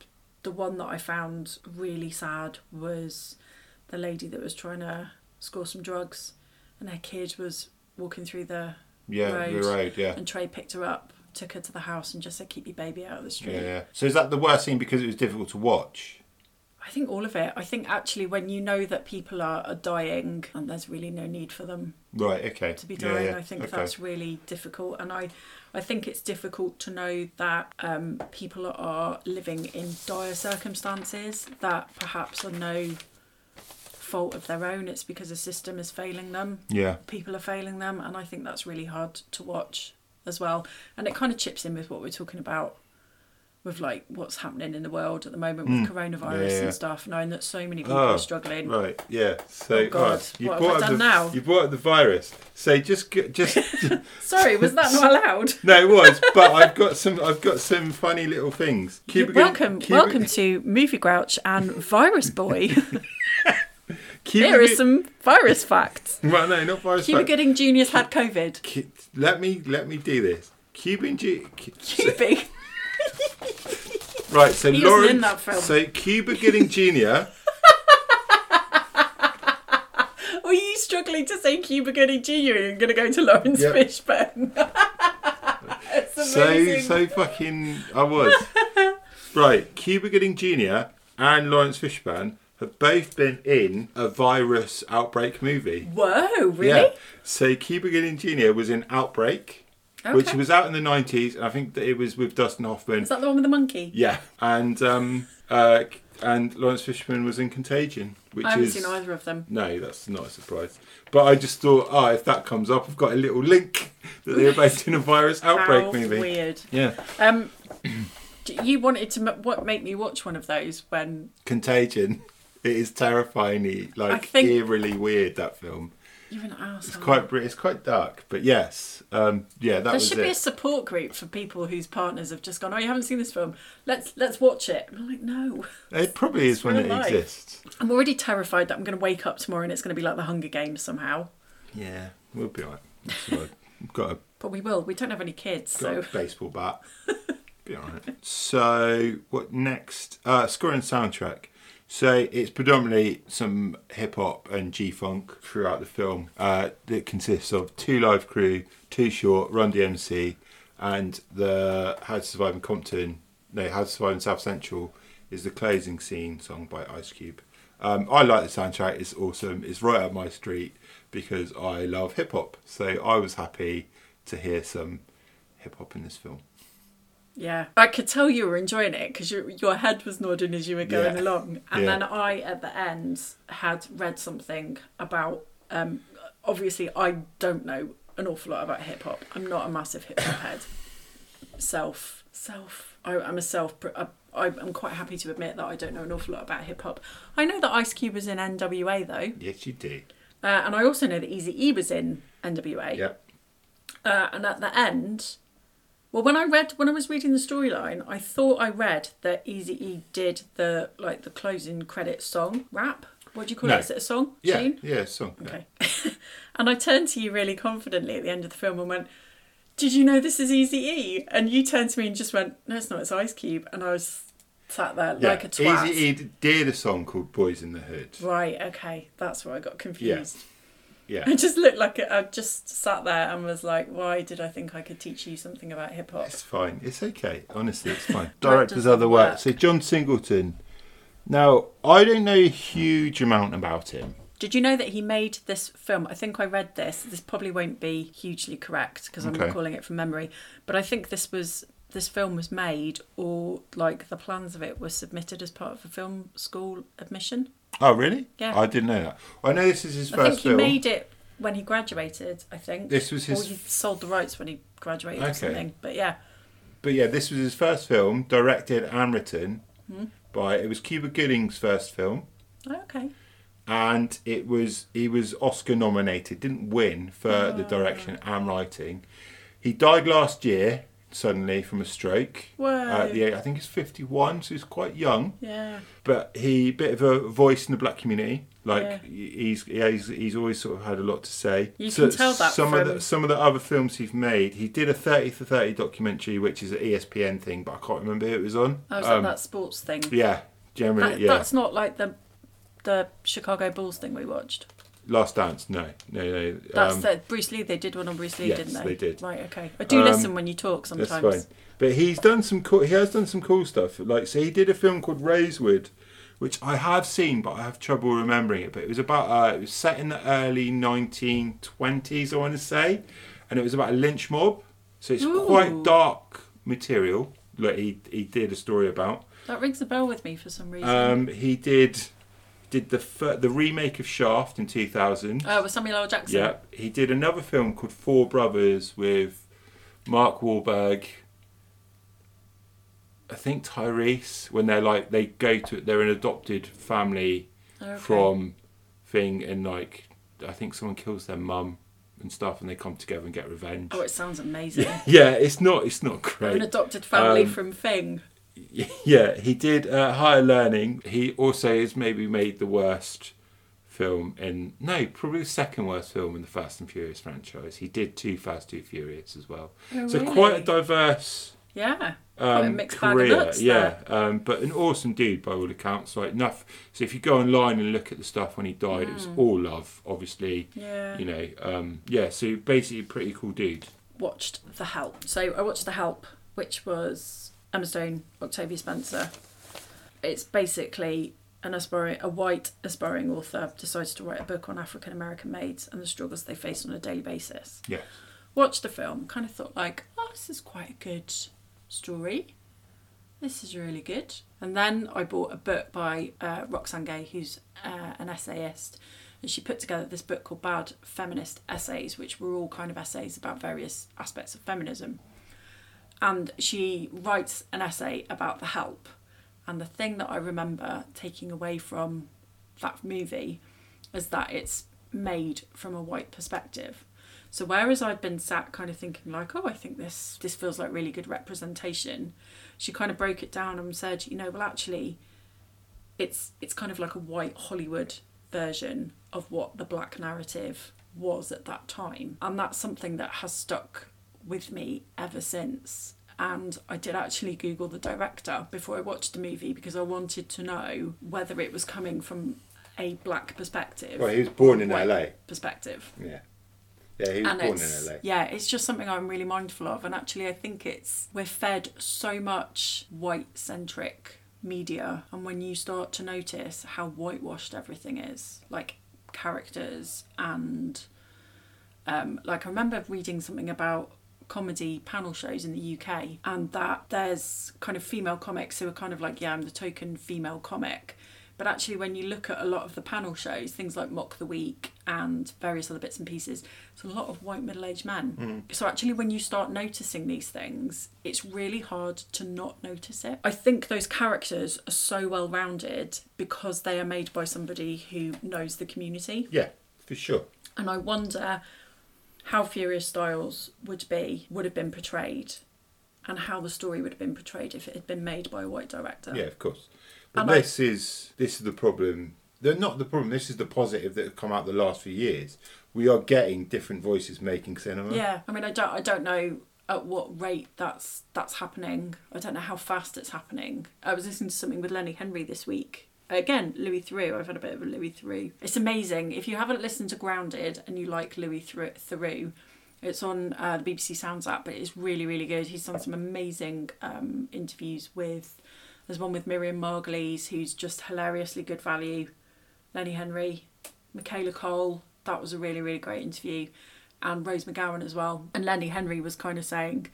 Speaker 1: the one that I found really sad was the lady that was trying to score some drugs, and her kid was walking through the
Speaker 2: Yeah,
Speaker 1: road,
Speaker 2: the road, yeah.
Speaker 1: and Trey picked her up, took her to the house, and just said, "Keep your baby out of the street."
Speaker 2: Yeah, yeah. So is that the worst scene because it was difficult to watch?
Speaker 1: I think all of it. I think actually, when you know that people are, are dying and there's really no need for them
Speaker 2: Right, okay.
Speaker 1: to be
Speaker 2: Yeah,
Speaker 1: dying,
Speaker 2: yeah,
Speaker 1: I think
Speaker 2: okay.
Speaker 1: that's really difficult. And I, I think it's difficult to know that um, people are living in dire circumstances that perhaps are no fault of their own. It's because a system is failing them,
Speaker 2: Yeah.
Speaker 1: people are failing them, and I think that's really hard to watch as well. And it kind of chips in with what we're talking about with like what's happening in the world at the moment with coronavirus
Speaker 2: Hmm. Yeah, yeah.
Speaker 1: and stuff, knowing that so many people
Speaker 2: Oh,
Speaker 1: are struggling.
Speaker 2: Right, yeah. So
Speaker 1: Oh, God.
Speaker 2: right,
Speaker 1: What have
Speaker 2: brought
Speaker 1: I
Speaker 2: up
Speaker 1: done
Speaker 2: the,
Speaker 1: now?
Speaker 2: You brought up the virus. So just g- just
Speaker 1: Sorry, was that not allowed?
Speaker 2: no, it was. But I've got some. I've got some funny little things. Keep it
Speaker 1: You're
Speaker 2: going-
Speaker 1: welcome,
Speaker 2: keep it-
Speaker 1: welcome to Movie Grouch and Virus Boy.
Speaker 2: keep
Speaker 1: Here
Speaker 2: it
Speaker 1: is some virus facts.
Speaker 2: go- Well, no, not virus.
Speaker 1: Cuba
Speaker 2: but-
Speaker 1: Gooding Jr.'s had COVID.
Speaker 2: Ki- let me let me do this. Cuban G. Ki-
Speaker 1: Cuba.
Speaker 2: Right, so
Speaker 1: He wasn't
Speaker 2: Lauren.
Speaker 1: in that film.
Speaker 2: So Cuba Gooding Jr.
Speaker 1: Were you struggling to say Cuba Gooding Jr. You're going to go to Lawrence
Speaker 2: Yep.
Speaker 1: Fishburne. it's
Speaker 2: so
Speaker 1: amazing.
Speaker 2: so fucking I was. right, Cuba Gooding Jr. and Lawrence Fishburne have both been in a virus outbreak movie.
Speaker 1: Whoa, really?
Speaker 2: So Cuba Gooding Jr. was in Outbreak, which
Speaker 1: Okay.
Speaker 2: was out in the nineties, and I think that it was with Dustin Hoffman.
Speaker 1: Is that the one with the monkey?
Speaker 2: Yeah, and um, uh, and Lawrence Fishburne was in Contagion, which
Speaker 1: I haven't
Speaker 2: is
Speaker 1: seen either of them.
Speaker 2: no, that's not a surprise. But I just thought, oh, if that comes up, I've got a little link that they were both in a virus outbreak
Speaker 1: How
Speaker 2: movie.
Speaker 1: weird.
Speaker 2: Yeah,
Speaker 1: Um, d- you wanted to m- what make me watch one of those when
Speaker 2: Contagion. It is terrifyingly, like
Speaker 1: think-
Speaker 2: eerily weird. That film.
Speaker 1: you're an asshole.
Speaker 2: It's quite, br- it's quite dark, but yes, um, yeah, that
Speaker 1: there
Speaker 2: was
Speaker 1: should
Speaker 2: it.
Speaker 1: be a support group for people whose partners have just gone. Oh, you haven't seen this film? Let's let's watch it. And I'm like, no.
Speaker 2: It probably is when
Speaker 1: real
Speaker 2: it
Speaker 1: life.
Speaker 2: exists.
Speaker 1: I'm already terrified that I'm going to wake up tomorrow and it's going to be like the Hunger Games somehow.
Speaker 2: Yeah, we'll be alright. It's alright. We've got a,
Speaker 1: But we will. We don't have any kids,
Speaker 2: got a
Speaker 1: so
Speaker 2: baseball bat. Be alright. So what next? Uh, score and soundtrack. So it's predominantly some hip hop and G funk throughout the film. Uh, that consists of two live crew, two short, Run DMC, and the How to Survive in Compton. No, How to Survive in South Central is the closing scene song by Ice Cube. Um, I like the soundtrack. It's awesome. It's right up my street because I love hip hop. So I was happy to hear some hip hop in this film.
Speaker 1: yeah. I could tell you were enjoying it because your your head was nodding as you were going
Speaker 2: Yeah.
Speaker 1: along, and
Speaker 2: Yeah.
Speaker 1: then I at the end had read something about. Um, obviously, I don't know an awful lot about hip hop. I'm not a massive hip hop head. Self, self. I, I'm a self. I, I'm quite happy to admit that I don't know an awful lot about hip hop. I know that Ice Cube was in NWA though,
Speaker 2: Yes, you did.
Speaker 1: uh, and I also know that Easy E was in NWA.
Speaker 2: Yep.
Speaker 1: uh, and at the end, well, when I read when I was reading the storyline, I thought I read that Easy E did the like the closing credit song rap. What do you call
Speaker 2: No.
Speaker 1: it? Is it a song?
Speaker 2: Yeah.
Speaker 1: Tune?
Speaker 2: Yeah. Song.
Speaker 1: Okay. and I turned to you really confidently at the end of the film and went, "Did you know this is Easy E?" And you turned to me and just went, "No, it's not. It's Ice Cube." And I was sat there
Speaker 2: Yeah.
Speaker 1: like a twat.
Speaker 2: Easy E did a song called "Boys in the Hood."
Speaker 1: Right. Okay. That's where I got confused.
Speaker 2: Yeah.
Speaker 1: I just looked like I I just sat there and was like, "Why did I think I could teach you something about hip hop?"
Speaker 2: It's fine. It's okay. Honestly, it's fine.
Speaker 1: Director's
Speaker 2: Director's other work.
Speaker 1: work.
Speaker 2: So John Singleton. Now I don't know a huge amount about him.
Speaker 1: Did you know that he made this film? I think I read this. This probably won't be hugely correct because I'm
Speaker 2: Okay.
Speaker 1: recalling it from memory, but I think this was this film was made or like the plans of it were submitted as part of a film school admission.
Speaker 2: Oh really?
Speaker 1: Yeah.
Speaker 2: I didn't know that. I know this is his
Speaker 1: I think
Speaker 2: first
Speaker 1: he
Speaker 2: film.
Speaker 1: made it when he graduated. I think
Speaker 2: This was his-
Speaker 1: Or he sold the rights when he graduated
Speaker 2: Okay.
Speaker 1: or something. But yeah,
Speaker 2: But yeah, this was his first film, directed and written
Speaker 1: Hmm.
Speaker 2: by. It was Cuba Gooding's first film.
Speaker 1: Oh, okay.
Speaker 2: and it was he was Oscar nominated, didn't win for
Speaker 1: Ah.
Speaker 2: the direction and writing. He died last year suddenly from a stroke.
Speaker 1: Whoa.
Speaker 2: At the age, I think he's fifty one, so he's quite young.
Speaker 1: Yeah.
Speaker 2: But he bit of a voice in the black community. Like
Speaker 1: Yeah.
Speaker 2: he's yeah, he's he's always sort of had a lot to say.
Speaker 1: You can tell that
Speaker 2: some of
Speaker 1: from-
Speaker 2: the some of the other films he's made. He did a thirty for thirty documentary, which is an E ESPN thing, but I can't remember who it was on.
Speaker 1: I was
Speaker 2: Um,
Speaker 1: at that sports thing.
Speaker 2: yeah, generally,
Speaker 1: That-
Speaker 2: yeah.
Speaker 1: That's not like the the Chicago Bulls thing we watched.
Speaker 2: Last Dance, no, no, no.
Speaker 1: That's
Speaker 2: um,
Speaker 1: the Bruce Lee. They did one on Bruce Lee,
Speaker 2: yes,
Speaker 1: didn't they?
Speaker 2: they did.
Speaker 1: Right. Okay. I do
Speaker 2: Um,
Speaker 1: listen when you talk sometimes.
Speaker 2: That's fine. But he's done some cool. He has done some cool stuff. Like so, he did a film called Raisewood, which I have seen, but I have trouble remembering it. But it was about. Uh, it was set in the early 1920s, I want to say, and it was about a lynch mob. So it's
Speaker 1: Ooh.
Speaker 2: quite dark material. Like he he did a story about.
Speaker 1: That rings a bell with me for some reason.
Speaker 2: Um, he did did the fir- the remake of Shaft in 2000.
Speaker 1: oh, it was Samuel L. Jackson.
Speaker 2: Yeah, he did another film called Four Brothers with Mark Wahlberg. I think Tyrese when they're like they go to they're an adopted family
Speaker 1: Okay.
Speaker 2: from thing and like I think someone kills their mum and stuff and they come together and get revenge.
Speaker 1: Oh, it sounds amazing.
Speaker 2: yeah, it's not it's not
Speaker 1: An
Speaker 2: great.
Speaker 1: adopted family
Speaker 2: Um,
Speaker 1: from Thing.
Speaker 2: Yeah, he did uh, Higher Learning. He also has maybe made the worst film in no, probably the second worst film in the Fast and Furious franchise. He did two Fast, two Furious as well.
Speaker 1: Oh,
Speaker 2: so
Speaker 1: really?
Speaker 2: quite a diverse
Speaker 1: Yeah. quite a
Speaker 2: um,
Speaker 1: mixed bag of
Speaker 2: career.
Speaker 1: nuts
Speaker 2: yeah, um, but an awesome dude by all accounts. Like enough. So if you go online and look at the stuff when he died, it was all love, obviously.
Speaker 1: Mm. Yeah.
Speaker 2: You know, um, yeah. So basically, pretty cool dude.
Speaker 1: watched The Help. So I watched The Help, which was Emma Stone, Octavia Spencer. It's basically an aspiring, a white aspiring author decides to write a book on African American maids and the struggles they face on a daily basis.
Speaker 2: Yeah.
Speaker 1: Watched the film, kind of thought like, oh, this is quite a good story. This is really good. And then I bought a book by uh, Roxane Gay, who's uh, an essayist, and she put together this book called Bad Feminist Essays, which were all kind of essays about various aspects of feminism. And she writes an essay about the help. And the thing that I remember taking away from that movie is that it's made from a white perspective. So whereas I'd been sat kind of thinking like, oh, I think this this feels like really good representation, she kind of broke it down and said, you know, well actually, it's it's kind of like a white Hollywood version of what the black narrative was at that time, and that's something that has stuck with me ever since. And I did actually Google the director before I watched the movie because I wanted to know whether it was coming from a black perspective.
Speaker 2: Well, he was born
Speaker 1: or
Speaker 2: in
Speaker 1: white
Speaker 2: LA.
Speaker 1: Perspective
Speaker 2: Yeah. Yeah, he was born
Speaker 1: it's-
Speaker 2: in LA.
Speaker 1: Yeah, it's just something I'm really mindful of. And actually, I think it's we're fed so much white centric media. And when you start to notice how whitewashed everything is, like characters and um, like I remember reading something about comedy panel shows in the UK and that there's kind of female comics who are kind of like, yeah, I'm the token female comic. But actually, when you look at a lot of the panel shows, things like Mock the Week and various other bits and pieces, it's a lot of white middle aged men. So, actually, when you start noticing these things, it's really hard to not notice it. I think those characters are so well rounded because they are made by somebody who knows the community.
Speaker 2: Yeah, for sure.
Speaker 1: And I wonder how Furious Styles would be, would have been portrayed, and how the story would have been portrayed if it had been made by a white director.
Speaker 2: Yeah, of course. But
Speaker 1: And I-
Speaker 2: this is this is the problem. They're not the problem. This is the positive that have come out the last few years. We are getting different voices making cinema.
Speaker 1: Yeah. I mean, I don't, I don't know at what rate that's that's happening. I don't know how fast it's happening. I was listening to something with Lenny Henry this week. Again, Louis Theroux. I've had a bit of a Louis Theroux. It's amazing. If you haven't listened to Grounded and you like Louis Thro- Theroux, it's on uh, the BBC Sounds app, but it's really, really good. He's done some amazing um, interviews with. There's one with Miriam Margolyes, who's just hilariously good value. Lenny Henry, Michaela Cole. That was a really, really great interview. And Rose McGowan as well. And Lenny Henry was kind of saying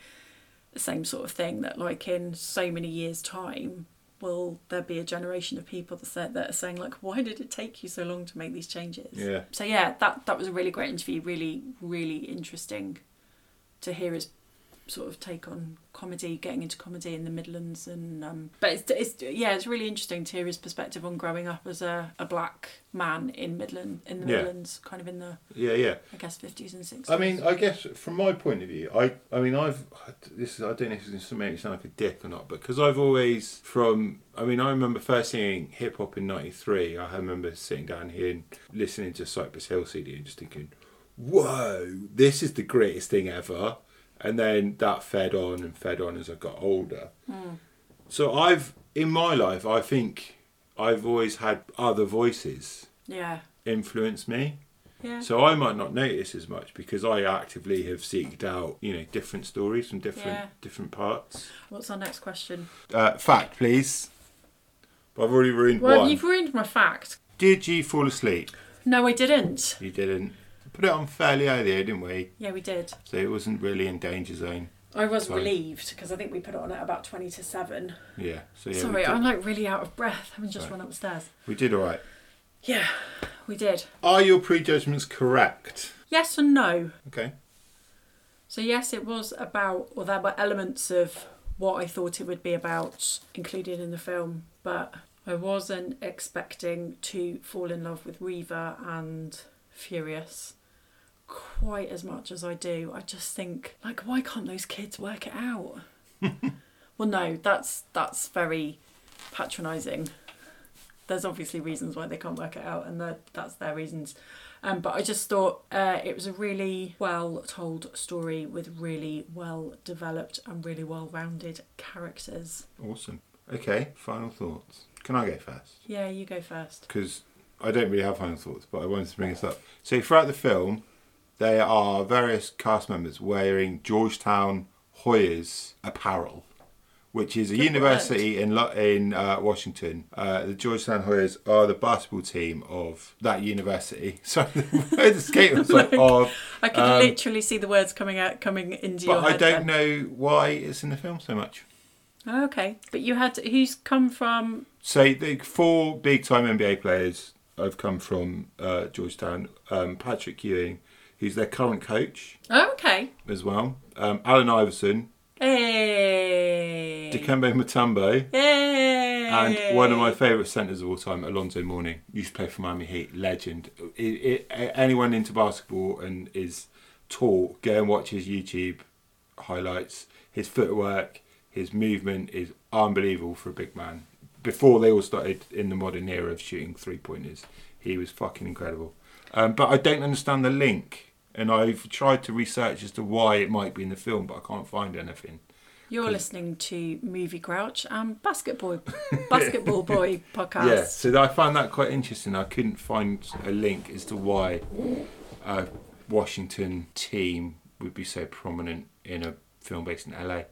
Speaker 1: the same sort of thing that, like, in so many years' time, will there be a generation of people that, say, that are saying, like, why did it take you so long to make these changes?
Speaker 2: Yeah.
Speaker 1: So, yeah, that, that was a really great interview. Really, really interesting to hear his sort of take on comedy, getting into comedy in the Midlands, and um, but it's, it's yeah, it's really interesting to hear his perspective on growing up as a, a black man in Midland in the
Speaker 2: Yeah.
Speaker 1: Midlands, kind of in the
Speaker 2: Yeah, yeah.
Speaker 1: I guess fifties and sixties.
Speaker 2: I mean, I guess from my point of view, I, I mean, I've this is I don't know if this is going to make me sound like a dick or not, but because I've always from, I mean, I remember first seeing hip hop in '93. I remember sitting down here and listening to Cypress Hill CD and just thinking, "Whoa, this is the greatest thing ever." And then that fed on and fed on as I got older. So I've in my life, I think I've always had other voices
Speaker 1: yeah,
Speaker 2: influence me.
Speaker 1: yeah,
Speaker 2: So I might not notice as much because I actively have seeked out, you know, different stories from different
Speaker 1: Yeah.
Speaker 2: different parts.
Speaker 1: What's our next question?
Speaker 2: Uh, fact, please. But I've already ruined
Speaker 1: Well,
Speaker 2: one.
Speaker 1: you've ruined my fact.
Speaker 2: Did you fall asleep?
Speaker 1: No, I didn't.
Speaker 2: You didn't. Put it on fairly early, didn't we?
Speaker 1: Yeah, we did.
Speaker 2: So it wasn't really in danger zone.
Speaker 1: I was
Speaker 2: Sorry.
Speaker 1: relieved because I think we put it on at about twenty to seven.
Speaker 2: Yeah. So yeah, we
Speaker 1: Sorry,
Speaker 2: did,
Speaker 1: I'm like really out of breath. Having just
Speaker 2: Sorry.
Speaker 1: run upstairs.
Speaker 2: we did all right.
Speaker 1: Yeah, we did.
Speaker 2: Are your prejudgments correct?
Speaker 1: Yes and no.
Speaker 2: Okay.
Speaker 1: So yes, it was about, or there were elements of what I thought it would be about included in the film, but I wasn't expecting to fall in love with Reaver and Furious quite as much as I do. I just think, like, why can't those kids work it out? well, no, that's that's very patronising. There's obviously reasons why they can't work it out, and that that's their reasons. Um, but I just thought uh, it was a really well told story with really well developed and really well rounded characters.
Speaker 2: Awesome. Okay. Final thoughts. Can I go first?
Speaker 1: Yeah, you go first.
Speaker 2: because I don't really have final thoughts, but I wanted to bring this up. So throughout the film, there are various cast members wearing Georgetown Hoyas apparel, which is a
Speaker 1: Good
Speaker 2: university in Lo- in uh, Washington. Uh, the Georgetown Hoyas are the basketball team of that university. So the skaters like, of,
Speaker 1: I could
Speaker 2: Um,
Speaker 1: literally see the words coming out, coming into your
Speaker 2: but I
Speaker 1: head.
Speaker 2: don't know why it's in the film so much.
Speaker 1: know. Oh, Okay, but you had who's come from?
Speaker 2: So the four big time NBA players have come from uh, Georgetown. Um, Patrick Ewing, who's their current coach
Speaker 1: Oh, okay,
Speaker 2: as well. Um, Alan Iverson,
Speaker 1: hey,
Speaker 2: Dikembe Mutombo,
Speaker 1: hey,
Speaker 2: and one of my favourite centres of all time, Alonso Mourning. Used to play for Miami Heat, legend. I i anyone into basketball and is tall, go and watch his YouTube highlights. His footwork, his movement is unbelievable for a big man. Before they all started in the modern era of shooting three pointers, he was fucking incredible. Um, but I don't understand the link, and I've tried to research as to why it might be in the film, but I can't find anything.
Speaker 1: You're listening to Movie Grouch and Basketball Basketball Boy podcast.
Speaker 2: Yeah, so I found that quite interesting. I couldn't find a link as to why a Washington team would be so prominent in a film based in LA.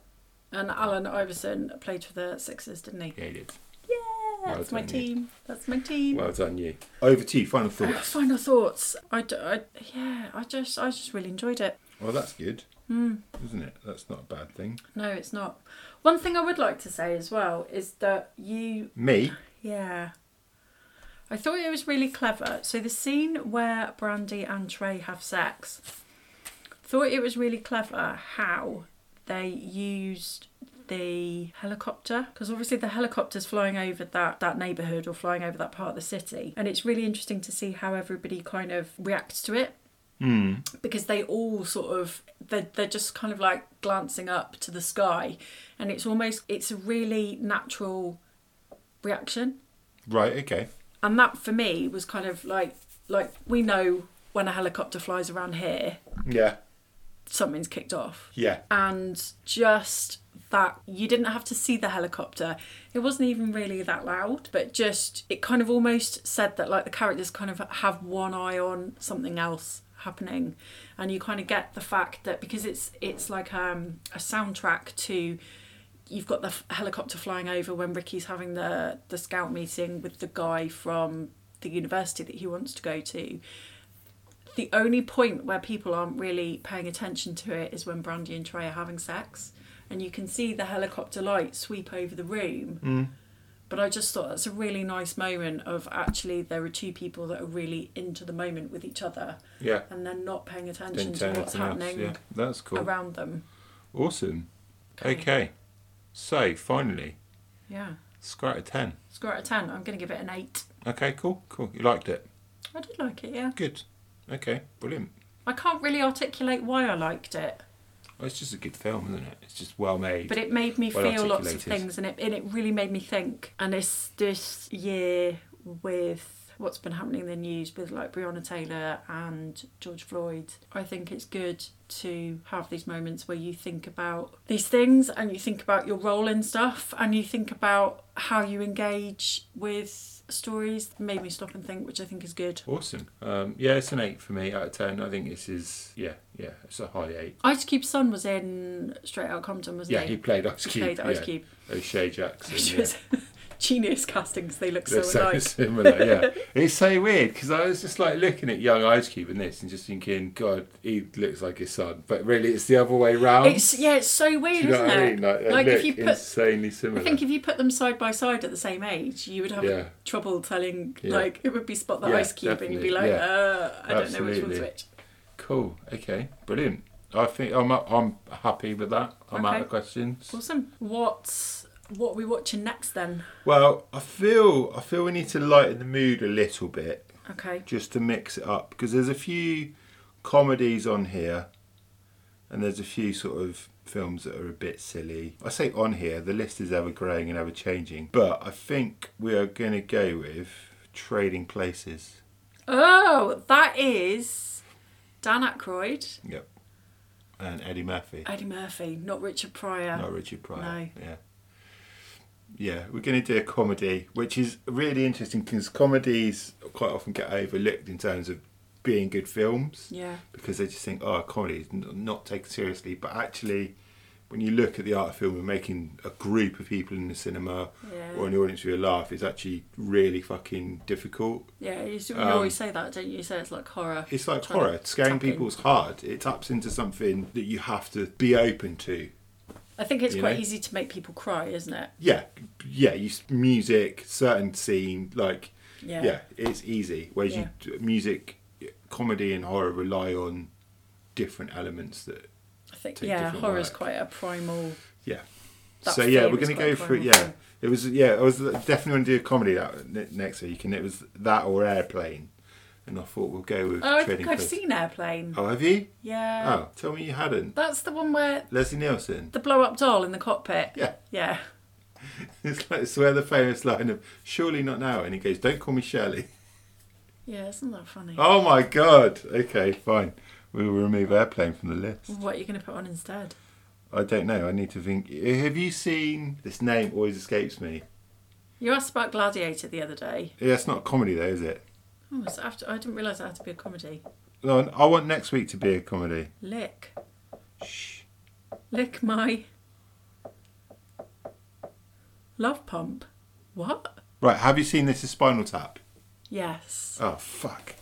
Speaker 1: And Alan Iverson played for the Sixers, didn't he?
Speaker 2: Yeah, it is.
Speaker 1: Yeah,
Speaker 2: Well
Speaker 1: that's my
Speaker 2: done, you.
Speaker 1: team. That's my team.
Speaker 2: Well done, you. Over to you. Final
Speaker 1: Uh,
Speaker 2: thoughts.
Speaker 1: Final thoughts. I, d- I- yeah, I just I just really enjoyed it.
Speaker 2: Well, that's good,
Speaker 1: Hmm.
Speaker 2: isn't it? That's not a bad thing.
Speaker 1: No, it's not. One thing I would like to say as well is that you
Speaker 2: Me.
Speaker 1: yeah. I thought it was really clever. So the scene where Brandy and Trey have sex, thought it was really clever how they used the helicopter because obviously the helicopter's flying over that that neighborhood or flying over that part of the city and it's really interesting to see how everybody kind of reacts to it because they all sort of they're, they're just kind of like glancing up to the sky and it's almost it's a really natural reaction
Speaker 2: Right. Okay.
Speaker 1: and that for me was kind of like like we know when a helicopter flies around here
Speaker 2: Yeah.
Speaker 1: something's kicked off
Speaker 2: Yeah.
Speaker 1: and just that you didn't have to see the helicopter it wasn't even really that loud but just it kind of almost said that like the characters kind of have one eye on something else happening and you kind of get the fact that because it's it's like um a soundtrack to you've got the f- helicopter flying over when Ricky's having the the scout meeting with the guy from the university that he wants to go to the only point where people aren't really paying attention to it is when Brandy and Trey are having sex, and you can see the helicopter light sweep over the room.
Speaker 2: Mm.
Speaker 1: But I just thought that's a really nice moment of actually there are two people that are really into the moment with each other,
Speaker 2: Yeah.
Speaker 1: and they're not paying attention
Speaker 2: Didn't
Speaker 1: to
Speaker 2: turn
Speaker 1: what's
Speaker 2: anything else.
Speaker 1: happening
Speaker 2: Yeah. That's cool.
Speaker 1: around them.
Speaker 2: Awesome.
Speaker 1: Okay.
Speaker 2: Okay. So finally,
Speaker 1: Yeah.
Speaker 2: score out of ten.
Speaker 1: Score out of 10. I'm going to give it an 8.
Speaker 2: Okay, cool, cool. You liked it.
Speaker 1: I did like it, yeah.
Speaker 2: Good. Okay, brilliant.
Speaker 1: I can't really articulate why I liked it,
Speaker 2: Well, it's just a good film, isn't it? It's just well made.
Speaker 1: but it made me
Speaker 2: Well
Speaker 1: feel lots of
Speaker 2: articulated.
Speaker 1: things and it, and it really made me think. And it's this year with what's been happening in the news with like Breonna Taylor and George Floyd, I think it's good to have these moments where you think about these things and you think about your role in stuff and you think about how you engage with stories. made me stop and think, which I think is good.
Speaker 2: Awesome. Um, yeah, it's an eight for me out of ten. I think this is yeah, yeah. It's a high eight.
Speaker 1: Ice Cube's son was in Straight Out Compton, wasn't
Speaker 2: Yeah,
Speaker 1: he?
Speaker 2: he played Ice
Speaker 1: He
Speaker 2: Cube.
Speaker 1: played Ice
Speaker 2: yeah.
Speaker 1: Cube,
Speaker 2: O'Shea Jackson.
Speaker 1: which
Speaker 2: yeah.
Speaker 1: was genius casting because they look so
Speaker 2: They're so
Speaker 1: alike.
Speaker 2: similar, yeah. It's so weird because I was just like looking at young Ice Cube in this and just thinking, God, he looks like his son, but really it's the other way round.
Speaker 1: It's yeah, it's so
Speaker 2: Do
Speaker 1: weird,
Speaker 2: you know
Speaker 1: isn't
Speaker 2: what I
Speaker 1: it?
Speaker 2: mean? Like, they
Speaker 1: Like,
Speaker 2: look
Speaker 1: if you put-
Speaker 2: insanely
Speaker 1: I
Speaker 2: similar.
Speaker 1: think if you put them side by side at the same age, you would have
Speaker 2: Yeah.
Speaker 1: trouble telling.
Speaker 2: Yeah.
Speaker 1: Like it would be spot the
Speaker 2: Yeah,
Speaker 1: ice cube, and you'd be like,
Speaker 2: definitely, yeah.
Speaker 1: uh, I don't know which
Speaker 2: Absolutely.
Speaker 1: one's which.
Speaker 2: Cool. Okay. Brilliant. I think I'm I'm happy with that. I'm out
Speaker 1: Okay.
Speaker 2: of questions.
Speaker 1: Awesome. What what are we watching next then?
Speaker 2: Well, I feel I feel we need to lighten the mood a little bit
Speaker 1: Okay.
Speaker 2: just to mix it up because there's a few comedies on here and there's a few sort of films that are a bit silly. I say on here, the list is ever growing and ever changing, but I think we are going to go with Trading Places.
Speaker 1: Oh, that is Dan Aykroyd,
Speaker 2: Yep. And Eddie Murphy.
Speaker 1: Eddie Murphy, not Richard Pryor.
Speaker 2: Not Richard Pryor. Yeah. Yeah, we're going to do a comedy, which is really interesting because comedies quite often get overlooked in terms of being good films
Speaker 1: Yeah.
Speaker 2: because they just think, oh, comedy is n- not taken seriously. But actually, when you look at the art of film and making a group of people in the cinema
Speaker 1: Yeah.
Speaker 2: or an audience with a laugh is actually really fucking difficult.
Speaker 1: Yeah, you, s- you
Speaker 2: Um,
Speaker 1: always say that, don't you? You say it's like horror.
Speaker 2: It's like
Speaker 1: Trying to
Speaker 2: horror. Scaring
Speaker 1: tap in.
Speaker 2: people's hard. It taps into something that you have to be open to.
Speaker 1: I think it's
Speaker 2: you
Speaker 1: quite
Speaker 2: know?
Speaker 1: easy to make people cry, isn't it?
Speaker 2: yeah yeah you s- music certain scene like
Speaker 1: Yeah.
Speaker 2: yeah, it's easy whereas
Speaker 1: Yeah.
Speaker 2: you music comedy and horror rely on different elements that
Speaker 1: I think
Speaker 2: Take
Speaker 1: yeah,
Speaker 2: different
Speaker 1: horror's
Speaker 2: work.
Speaker 1: quite a primal.
Speaker 2: yeah
Speaker 1: That
Speaker 2: so yeah
Speaker 1: theme
Speaker 2: we're
Speaker 1: is
Speaker 2: gonna
Speaker 1: quite
Speaker 2: go through
Speaker 1: primal,
Speaker 2: yeah
Speaker 1: too.
Speaker 2: it was yeah i was definitely gonna do a comedy that ne- next week and it was that or airplane and i thought we'll go with
Speaker 1: Oh, I
Speaker 2: Trading
Speaker 1: think I've
Speaker 2: Places.
Speaker 1: seen Uh, Airplane.
Speaker 2: oh have you
Speaker 1: Yeah.
Speaker 2: oh tell me you hadn't
Speaker 1: That's the one where
Speaker 2: leslie nielsen
Speaker 1: the blow up doll in the cockpit.
Speaker 2: yeah
Speaker 1: Yeah.
Speaker 2: it's like it's where the famous line of surely not now and he goes don't call me shirley
Speaker 1: Yeah, isn't that funny?
Speaker 2: Oh my god. Okay, fine. We will remove airplane from the list.
Speaker 1: What are you going to put on instead?
Speaker 2: I don't know. I need to think. Have you seen this name? Always escapes me.
Speaker 1: You asked about Gladiator the other day.
Speaker 2: Yeah, it's not a comedy though, is it?
Speaker 1: Oh, it's after, I didn't realise it had to be a comedy.
Speaker 2: No, I want next week to be a comedy.
Speaker 1: Lick.
Speaker 2: Shh.
Speaker 1: Lick my. Love pump. What?
Speaker 2: Right. Have you seen this? Is Spinal Tap?
Speaker 1: Yes.
Speaker 2: Oh fuck!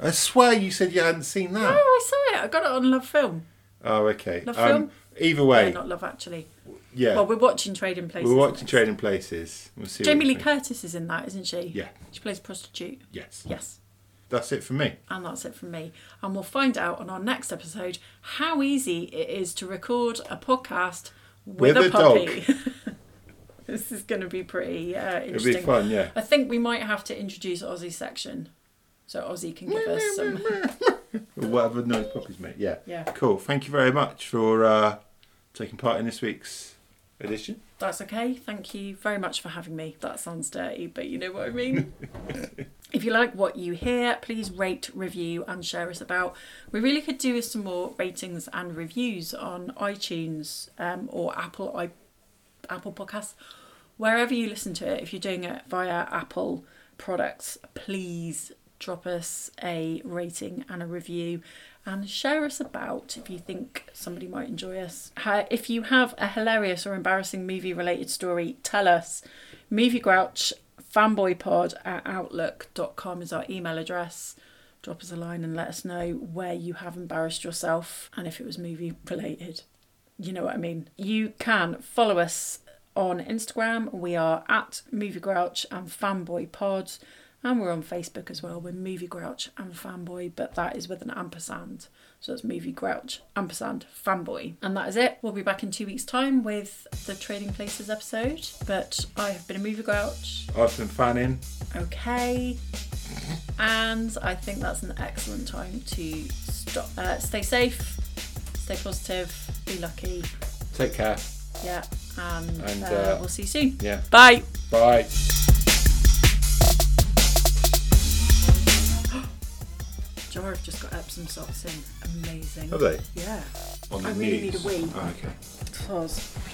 Speaker 2: I swear you said you hadn't seen
Speaker 1: Oh,
Speaker 2: that.
Speaker 1: I saw it. I got it on Love Film.
Speaker 2: Oh, okay.
Speaker 1: The film?
Speaker 2: Either
Speaker 1: Yeah,
Speaker 2: way,
Speaker 1: not Love Actually.
Speaker 2: yeah.
Speaker 1: Well, we're watching Trading Places.
Speaker 2: we're watching
Speaker 1: next.
Speaker 2: Trading Places. We'll see. what
Speaker 1: Jamie
Speaker 2: you
Speaker 1: Lee
Speaker 2: think.
Speaker 1: Curtis is in that, isn't she?
Speaker 2: Yeah.
Speaker 1: She plays a prostitute.
Speaker 2: Yes.
Speaker 1: Yes.
Speaker 2: That's it for me.
Speaker 1: And that's it from me. And we'll find out on our next episode how easy it is to record a podcast with,
Speaker 2: With
Speaker 1: a,
Speaker 2: a
Speaker 1: puppy. this is going to be pretty uh,
Speaker 2: It'll be
Speaker 1: interesting.
Speaker 2: fun. Yeah.
Speaker 1: I think we might have to introduce Aussie section so Aussie can give us some.
Speaker 2: Or whatever noise puppies make. Yeah.
Speaker 1: Yeah.
Speaker 2: Cool. Thank you very much for uh, taking part in this week's edition.
Speaker 1: That's okay. Thank you very much for having me. That sounds dirty, but you know what I mean. if you like what you hear, please rate, review, and share us about. We really could do with some more ratings and reviews on iTunes um, or Apple i Apple Podcasts, wherever you listen to it. If you're doing it via Apple products, please drop us a rating and a review and share us about if you think somebody might enjoy us. Ha- If you have a hilarious or embarrassing movie related story, tell us. Movie Grouch fanboypod at outlook.com is our email address. Drop us a line and let us know where you have embarrassed yourself and if it was movie related you know what I mean. You can follow us on Instagram. We are at Movie Grouch and Fanboy Pod. And we're on Facebook as well. We're Movie Grouch and Fanboy, but that is with an ampersand. So it's Movie Grouch, ampersand, Fanboy. And that is it. We'll be back in two weeks' time with the Trading Places episode. But I have been a Movie Grouch.
Speaker 2: I've been fanning.
Speaker 1: Okay. And I think that's an excellent time to stop. Uh, stay safe, stay positive, be lucky.
Speaker 2: Take care.
Speaker 1: Yeah. And,
Speaker 2: And,
Speaker 1: uh,
Speaker 2: uh,
Speaker 1: we'll see you soon.
Speaker 2: Yeah.
Speaker 1: Bye.
Speaker 2: Bye.
Speaker 1: Jar have just got Epsom salts in. Amazing.
Speaker 2: Have they?
Speaker 1: Yeah.
Speaker 2: On
Speaker 1: I really need a wee.
Speaker 2: Oh, okay.
Speaker 1: Pause.